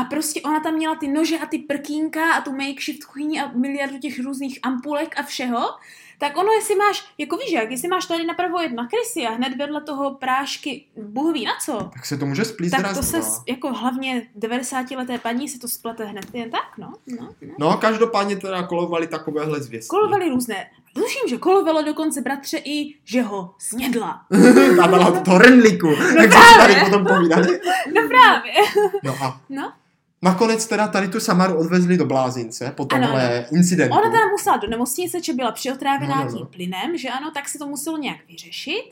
[SPEAKER 2] A prostě ona tam měla ty nože a ty prkínka a tu makeshift kuchyni a miliardu těch různých ampulek a všeho. Tak ono, jestli máš, jako víš, jak, jestli máš tady napravo jedna krysy a hned vedle toho prášky, bůh ví na co,
[SPEAKER 1] Tak se to může splít
[SPEAKER 2] tak
[SPEAKER 1] zrazu,
[SPEAKER 2] to se,
[SPEAKER 1] no.
[SPEAKER 2] s- jako hlavně 90-leté paní se to splete hned jen tak, no. no.
[SPEAKER 1] no, každopádně teda kolovali takovéhle zvěsti.
[SPEAKER 2] Kolovaly různé. Tuším, že kolovalo dokonce bratře i, že ho snědla.
[SPEAKER 1] Ta byla v Tornliku, jak jsme si tady potom povídali.
[SPEAKER 2] No právě.
[SPEAKER 1] No a
[SPEAKER 2] No.
[SPEAKER 1] nakonec teda tady tu Samaru odvezli do Blázince po
[SPEAKER 2] Ano,
[SPEAKER 1] tomhle incidentu.
[SPEAKER 2] Ona teda musela do nemocnice, či byla přiotrávená
[SPEAKER 1] No, no, no.
[SPEAKER 2] tím plynem, že ano, tak se to muselo nějak vyřešit.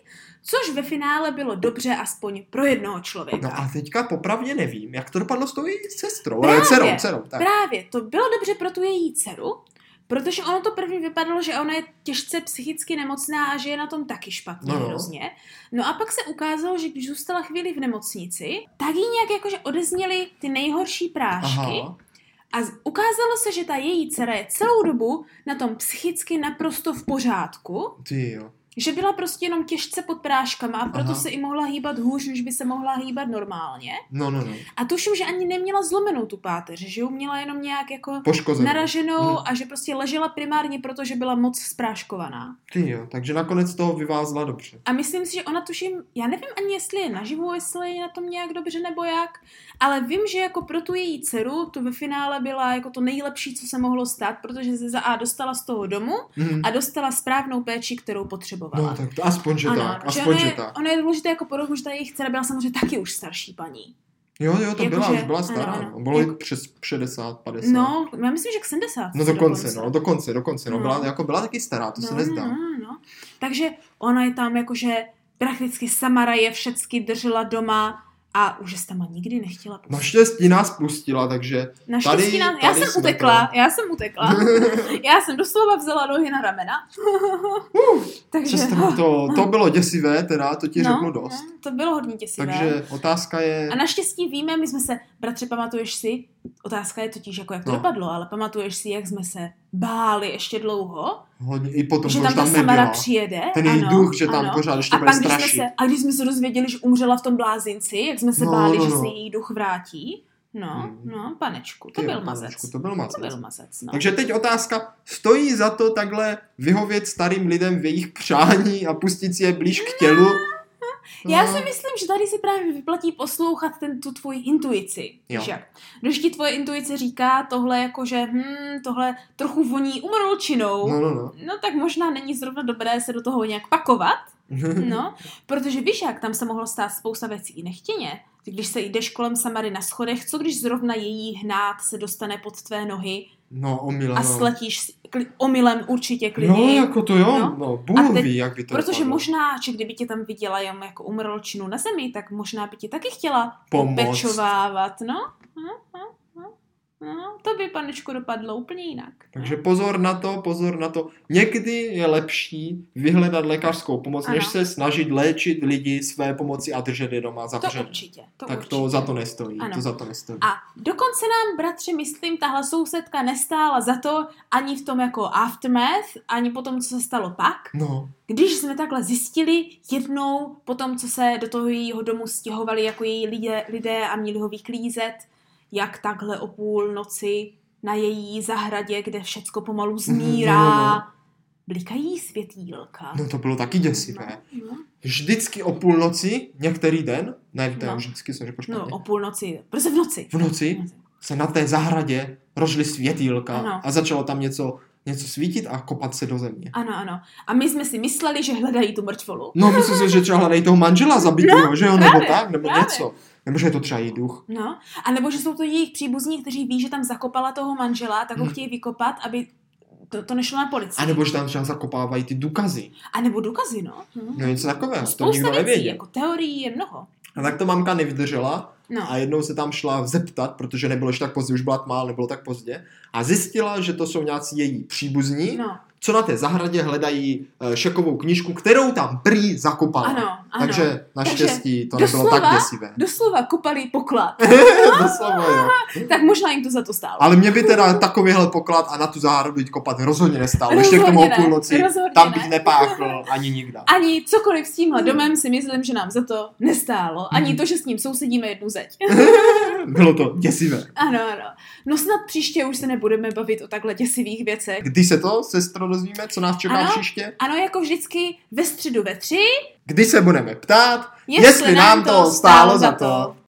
[SPEAKER 2] Což ve finále bylo dobře aspoň pro jednoho člověka.
[SPEAKER 1] No a teďka popravdě nevím, jak to dopadlo s tou její sestrou,
[SPEAKER 2] Právě.
[SPEAKER 1] Právě. dcerou, dcerou, tak.
[SPEAKER 2] Právě, to bylo dobře pro tu její dceru, protože ono to první vypadalo, že ona je těžce psychicky nemocná a že je na tom taky špatně
[SPEAKER 1] No,
[SPEAKER 2] no.
[SPEAKER 1] no.
[SPEAKER 2] hrozně. No a pak se ukázalo, že když zůstala chvíli v nemocnici, tak jí nějak jakože odezněly ty nejhorší prášky Aha.
[SPEAKER 1] Aha.
[SPEAKER 2] a z- ukázalo se, že ta její dcera je celou dobu na tom psychicky naprosto v pořádku,
[SPEAKER 1] Ty jo.
[SPEAKER 2] že byla prostě jenom těžce pod práškama a proto
[SPEAKER 1] Aha.
[SPEAKER 2] se i mohla hýbat hůř, než by se mohla hýbat normálně.
[SPEAKER 1] No, no, no.
[SPEAKER 2] A tuším, že ani neměla zlomenou tu páteř, že ji měla jenom nějak jako
[SPEAKER 1] Poškozenou.
[SPEAKER 2] naraženou
[SPEAKER 1] Mhm.
[SPEAKER 2] a že prostě ležela primárně proto, že byla moc spráškovaná.
[SPEAKER 1] Ty jo, takže nakonec toho vyvázla dobře.
[SPEAKER 2] A myslím si, že ona tuším, já nevím ani jestli je naživu, jestli je na tom nějak dobře nebo jak, ale vím, že jako pro tu její dceru to ve finále byla jako to nejlepší, co se mohlo stát, protože se za A dostala z toho domu
[SPEAKER 1] Mm.
[SPEAKER 2] a dostala správnou péči, kterou potřebovala.
[SPEAKER 1] No, tak to aspoň, že tak,
[SPEAKER 2] že
[SPEAKER 1] aspoň,
[SPEAKER 2] ono
[SPEAKER 1] že
[SPEAKER 2] je,
[SPEAKER 1] tak.
[SPEAKER 2] ono je důležité jako podotknout, že ta jejich dcera byla samozřejmě taky už starší paní.
[SPEAKER 1] Jo, jo, to
[SPEAKER 2] Jako,
[SPEAKER 1] byla,
[SPEAKER 2] že-
[SPEAKER 1] už byla
[SPEAKER 2] ano,
[SPEAKER 1] stará,
[SPEAKER 2] ano.
[SPEAKER 1] no. bylo
[SPEAKER 2] Jako-
[SPEAKER 1] jí přes 60, 50.
[SPEAKER 2] No, já myslím, že k 70.
[SPEAKER 1] No dokonce, no, dokonce, dokonce, no,
[SPEAKER 2] No.
[SPEAKER 1] byla, jako byla taky stará, to se nezdá.
[SPEAKER 2] No, no. Takže ona je tam jakože prakticky Samara je všecky držela doma a už s tam nikdy nechtěla
[SPEAKER 1] No,
[SPEAKER 2] pustit.
[SPEAKER 1] Naštěstí nás pustila, takže
[SPEAKER 2] Naštěstí
[SPEAKER 1] tady-
[SPEAKER 2] nás, já
[SPEAKER 1] tady
[SPEAKER 2] jsem
[SPEAKER 1] jsme
[SPEAKER 2] utekla, já jsem utekla. Já jsem doslova vzala nohy na ramena. Uh, Takže
[SPEAKER 1] přestaň to, to bylo děsivé, teda, to ti no, řeknu dost.
[SPEAKER 2] no, to bylo hodně těsivé.
[SPEAKER 1] Takže otázka je,
[SPEAKER 2] A naštěstí víme, my jsme se, bratře, pamatuješ si, otázka je totiž, jako jak to no.
[SPEAKER 1] No.
[SPEAKER 2] dopadlo, ale pamatuješ si, jak jsme se báli ještě dlouho,
[SPEAKER 1] hodně, i potom,
[SPEAKER 2] že
[SPEAKER 1] že
[SPEAKER 2] tam ta
[SPEAKER 1] tam
[SPEAKER 2] Samara
[SPEAKER 1] nebyla,
[SPEAKER 2] přijede.
[SPEAKER 1] ten její
[SPEAKER 2] ano,
[SPEAKER 1] duch, že tam
[SPEAKER 2] ano.
[SPEAKER 1] pořád ještě
[SPEAKER 2] A
[SPEAKER 1] bude
[SPEAKER 2] pak, když jsme,
[SPEAKER 1] strašit.
[SPEAKER 2] se, a když jsme se dozvěděli, že umřela v tom blázinci, jak jsme se no,
[SPEAKER 1] No,
[SPEAKER 2] báli,
[SPEAKER 1] no,
[SPEAKER 2] že
[SPEAKER 1] no.
[SPEAKER 2] se její duch vrátí. No,
[SPEAKER 1] Hmm.
[SPEAKER 2] no, panečku, to
[SPEAKER 1] Ty jo,
[SPEAKER 2] byl
[SPEAKER 1] panečku,
[SPEAKER 2] mazec.
[SPEAKER 1] To byl
[SPEAKER 2] To
[SPEAKER 1] mazec.
[SPEAKER 2] byl mazec, no.
[SPEAKER 1] Takže teď otázka, stojí za to takhle vyhovět starým lidem v jejich přání a pustit si je blíž k tělu? No.
[SPEAKER 2] Já si myslím, že tady si právě vyplatí poslouchat ten, tu tvoji intuici.
[SPEAKER 1] Jo.
[SPEAKER 2] Že? Když ti tvoje intuice říká tohle jako, že hm, tohle trochu voní umrlčinou,
[SPEAKER 1] No, no, no.
[SPEAKER 2] no tak možná není zrovna dobré se do toho nějak pakovat,
[SPEAKER 1] Mhm.
[SPEAKER 2] No, protože víš jak, tam se mohlo stát spousta věcí i nechtěně. Ty, Když se jdeš kolem Samary na schodech, co když zrovna její hnát se dostane pod tvé nohy
[SPEAKER 1] No, omylem.
[SPEAKER 2] a
[SPEAKER 1] no.
[SPEAKER 2] sletíš s- kli- omylem určitě
[SPEAKER 1] No,
[SPEAKER 2] klidně.
[SPEAKER 1] jako to jo,
[SPEAKER 2] No.
[SPEAKER 1] no, no Bůh
[SPEAKER 2] A teď-
[SPEAKER 1] ví, jak by to
[SPEAKER 2] Protože
[SPEAKER 1] dopadlo.
[SPEAKER 2] možná, že kdyby tě tam viděla jen jako umrlčinu na zemi, tak možná by ti taky chtěla
[SPEAKER 1] Pomoct.
[SPEAKER 2] pečovávat, no. No, no, no. No, to by, panečko, dopadlo úplně jinak.
[SPEAKER 1] Takže pozor na to, pozor na to. Někdy je lepší vyhledat lékařskou pomoc,
[SPEAKER 2] Ano.
[SPEAKER 1] než se snažit léčit lidi své pomoci a držet je doma
[SPEAKER 2] to
[SPEAKER 1] zavřený.
[SPEAKER 2] určitě. To
[SPEAKER 1] tak
[SPEAKER 2] určitě.
[SPEAKER 1] to za to nestojí,
[SPEAKER 2] Ano.
[SPEAKER 1] to za to nestojí.
[SPEAKER 2] A dokonce nám, bratře, myslím, tahle sousedka nestála za to ani v tom jako aftermath, ani po tom, co se stalo pak.
[SPEAKER 1] No,
[SPEAKER 2] Když jsme takhle zjistili jednou po tom, co se do toho jejího domu stěhovali jako její lidé, lidé a měli ho vyklízet, jak takhle o půl noci na její zahradě, kde všecko pomalu
[SPEAKER 1] No,
[SPEAKER 2] zmírá,
[SPEAKER 1] no, no.
[SPEAKER 2] blikají světýlka.
[SPEAKER 1] no to bylo taky děsivé.
[SPEAKER 2] no, no.
[SPEAKER 1] Vždycky o půlnoci, některý den, ne, to
[SPEAKER 2] No.
[SPEAKER 1] no. vždycky jsem řekl špatně,
[SPEAKER 2] no o půlnoci, prostě v noci.
[SPEAKER 1] v noci se na té zahradě rozšly světýlka
[SPEAKER 2] Ano.
[SPEAKER 1] a začalo tam něco, něco svítit a kopat se do země.
[SPEAKER 2] Ano, ano. A my jsme si mysleli, že hledají tu mrtvolu.
[SPEAKER 1] No, myslím si, že třeba hledají toho manžela zabitého, no, že jo, nebo
[SPEAKER 2] právě,
[SPEAKER 1] tak, nebo
[SPEAKER 2] právě.
[SPEAKER 1] něco. Nebo že je to třeba její duch.
[SPEAKER 2] No, a nebo že jsou to jejich příbuzní, kteří ví, že tam zakopala toho manžela, tak ho
[SPEAKER 1] Hmm.
[SPEAKER 2] chtějí vykopat, aby to, to nešlo na policii.
[SPEAKER 1] A nebo že tam třeba zakopávají ty důkazy.
[SPEAKER 2] A nebo důkazy, no. Hm.
[SPEAKER 1] No něco takového, to
[SPEAKER 2] Spousta
[SPEAKER 1] nikdo
[SPEAKER 2] věcí,
[SPEAKER 1] nevěděl.
[SPEAKER 2] jako teorií je mnoho.
[SPEAKER 1] A tak to mamka nevydržela
[SPEAKER 2] No,
[SPEAKER 1] a jednou se tam šla zeptat, protože nebylo ještě tak pozdě, už byla tma, ale nebylo tak pozdě. A zjistila, že to jsou nějací její příbuzní,
[SPEAKER 2] no,
[SPEAKER 1] co na té zahradě hledají eh, šekovou knížku, kterou tam prý zakopala.
[SPEAKER 2] ano, ano.
[SPEAKER 1] Takže naštěstí to
[SPEAKER 2] doslova-
[SPEAKER 1] nebylo tak děsivé.
[SPEAKER 2] Doslova kopali poklad.
[SPEAKER 1] Doslova, jo.
[SPEAKER 2] tak možná jim to za to stálo.
[SPEAKER 1] Ale mě by teda takovýhle poklad a na tu zahradu jít kopat rozhodně nestálo. Ještě k
[SPEAKER 2] Rozhodně
[SPEAKER 1] tomu o
[SPEAKER 2] ne,
[SPEAKER 1] půlnoci.
[SPEAKER 2] rozhodně
[SPEAKER 1] Tam
[SPEAKER 2] ne.
[SPEAKER 1] bych Hmm. nepáchl ani nikda.
[SPEAKER 2] Ani cokoliv s tímhle domem si myslím, že nám za to nestálo.
[SPEAKER 1] Hmm.
[SPEAKER 2] Ani to, že s ním sousedíme jednu zeď.
[SPEAKER 1] Bylo to děsivé.
[SPEAKER 2] Ano, ano. No snad příště už se nebudeme bavit o takhle děsivých věcech.
[SPEAKER 1] Kdy se to, sestro, dozvíme, co nás čeká
[SPEAKER 2] Ano.
[SPEAKER 1] příště?
[SPEAKER 2] Ano, jako vždycky ve středu ve tři.
[SPEAKER 1] Kdy se budeme ptát, Jestli nám to stálo za to.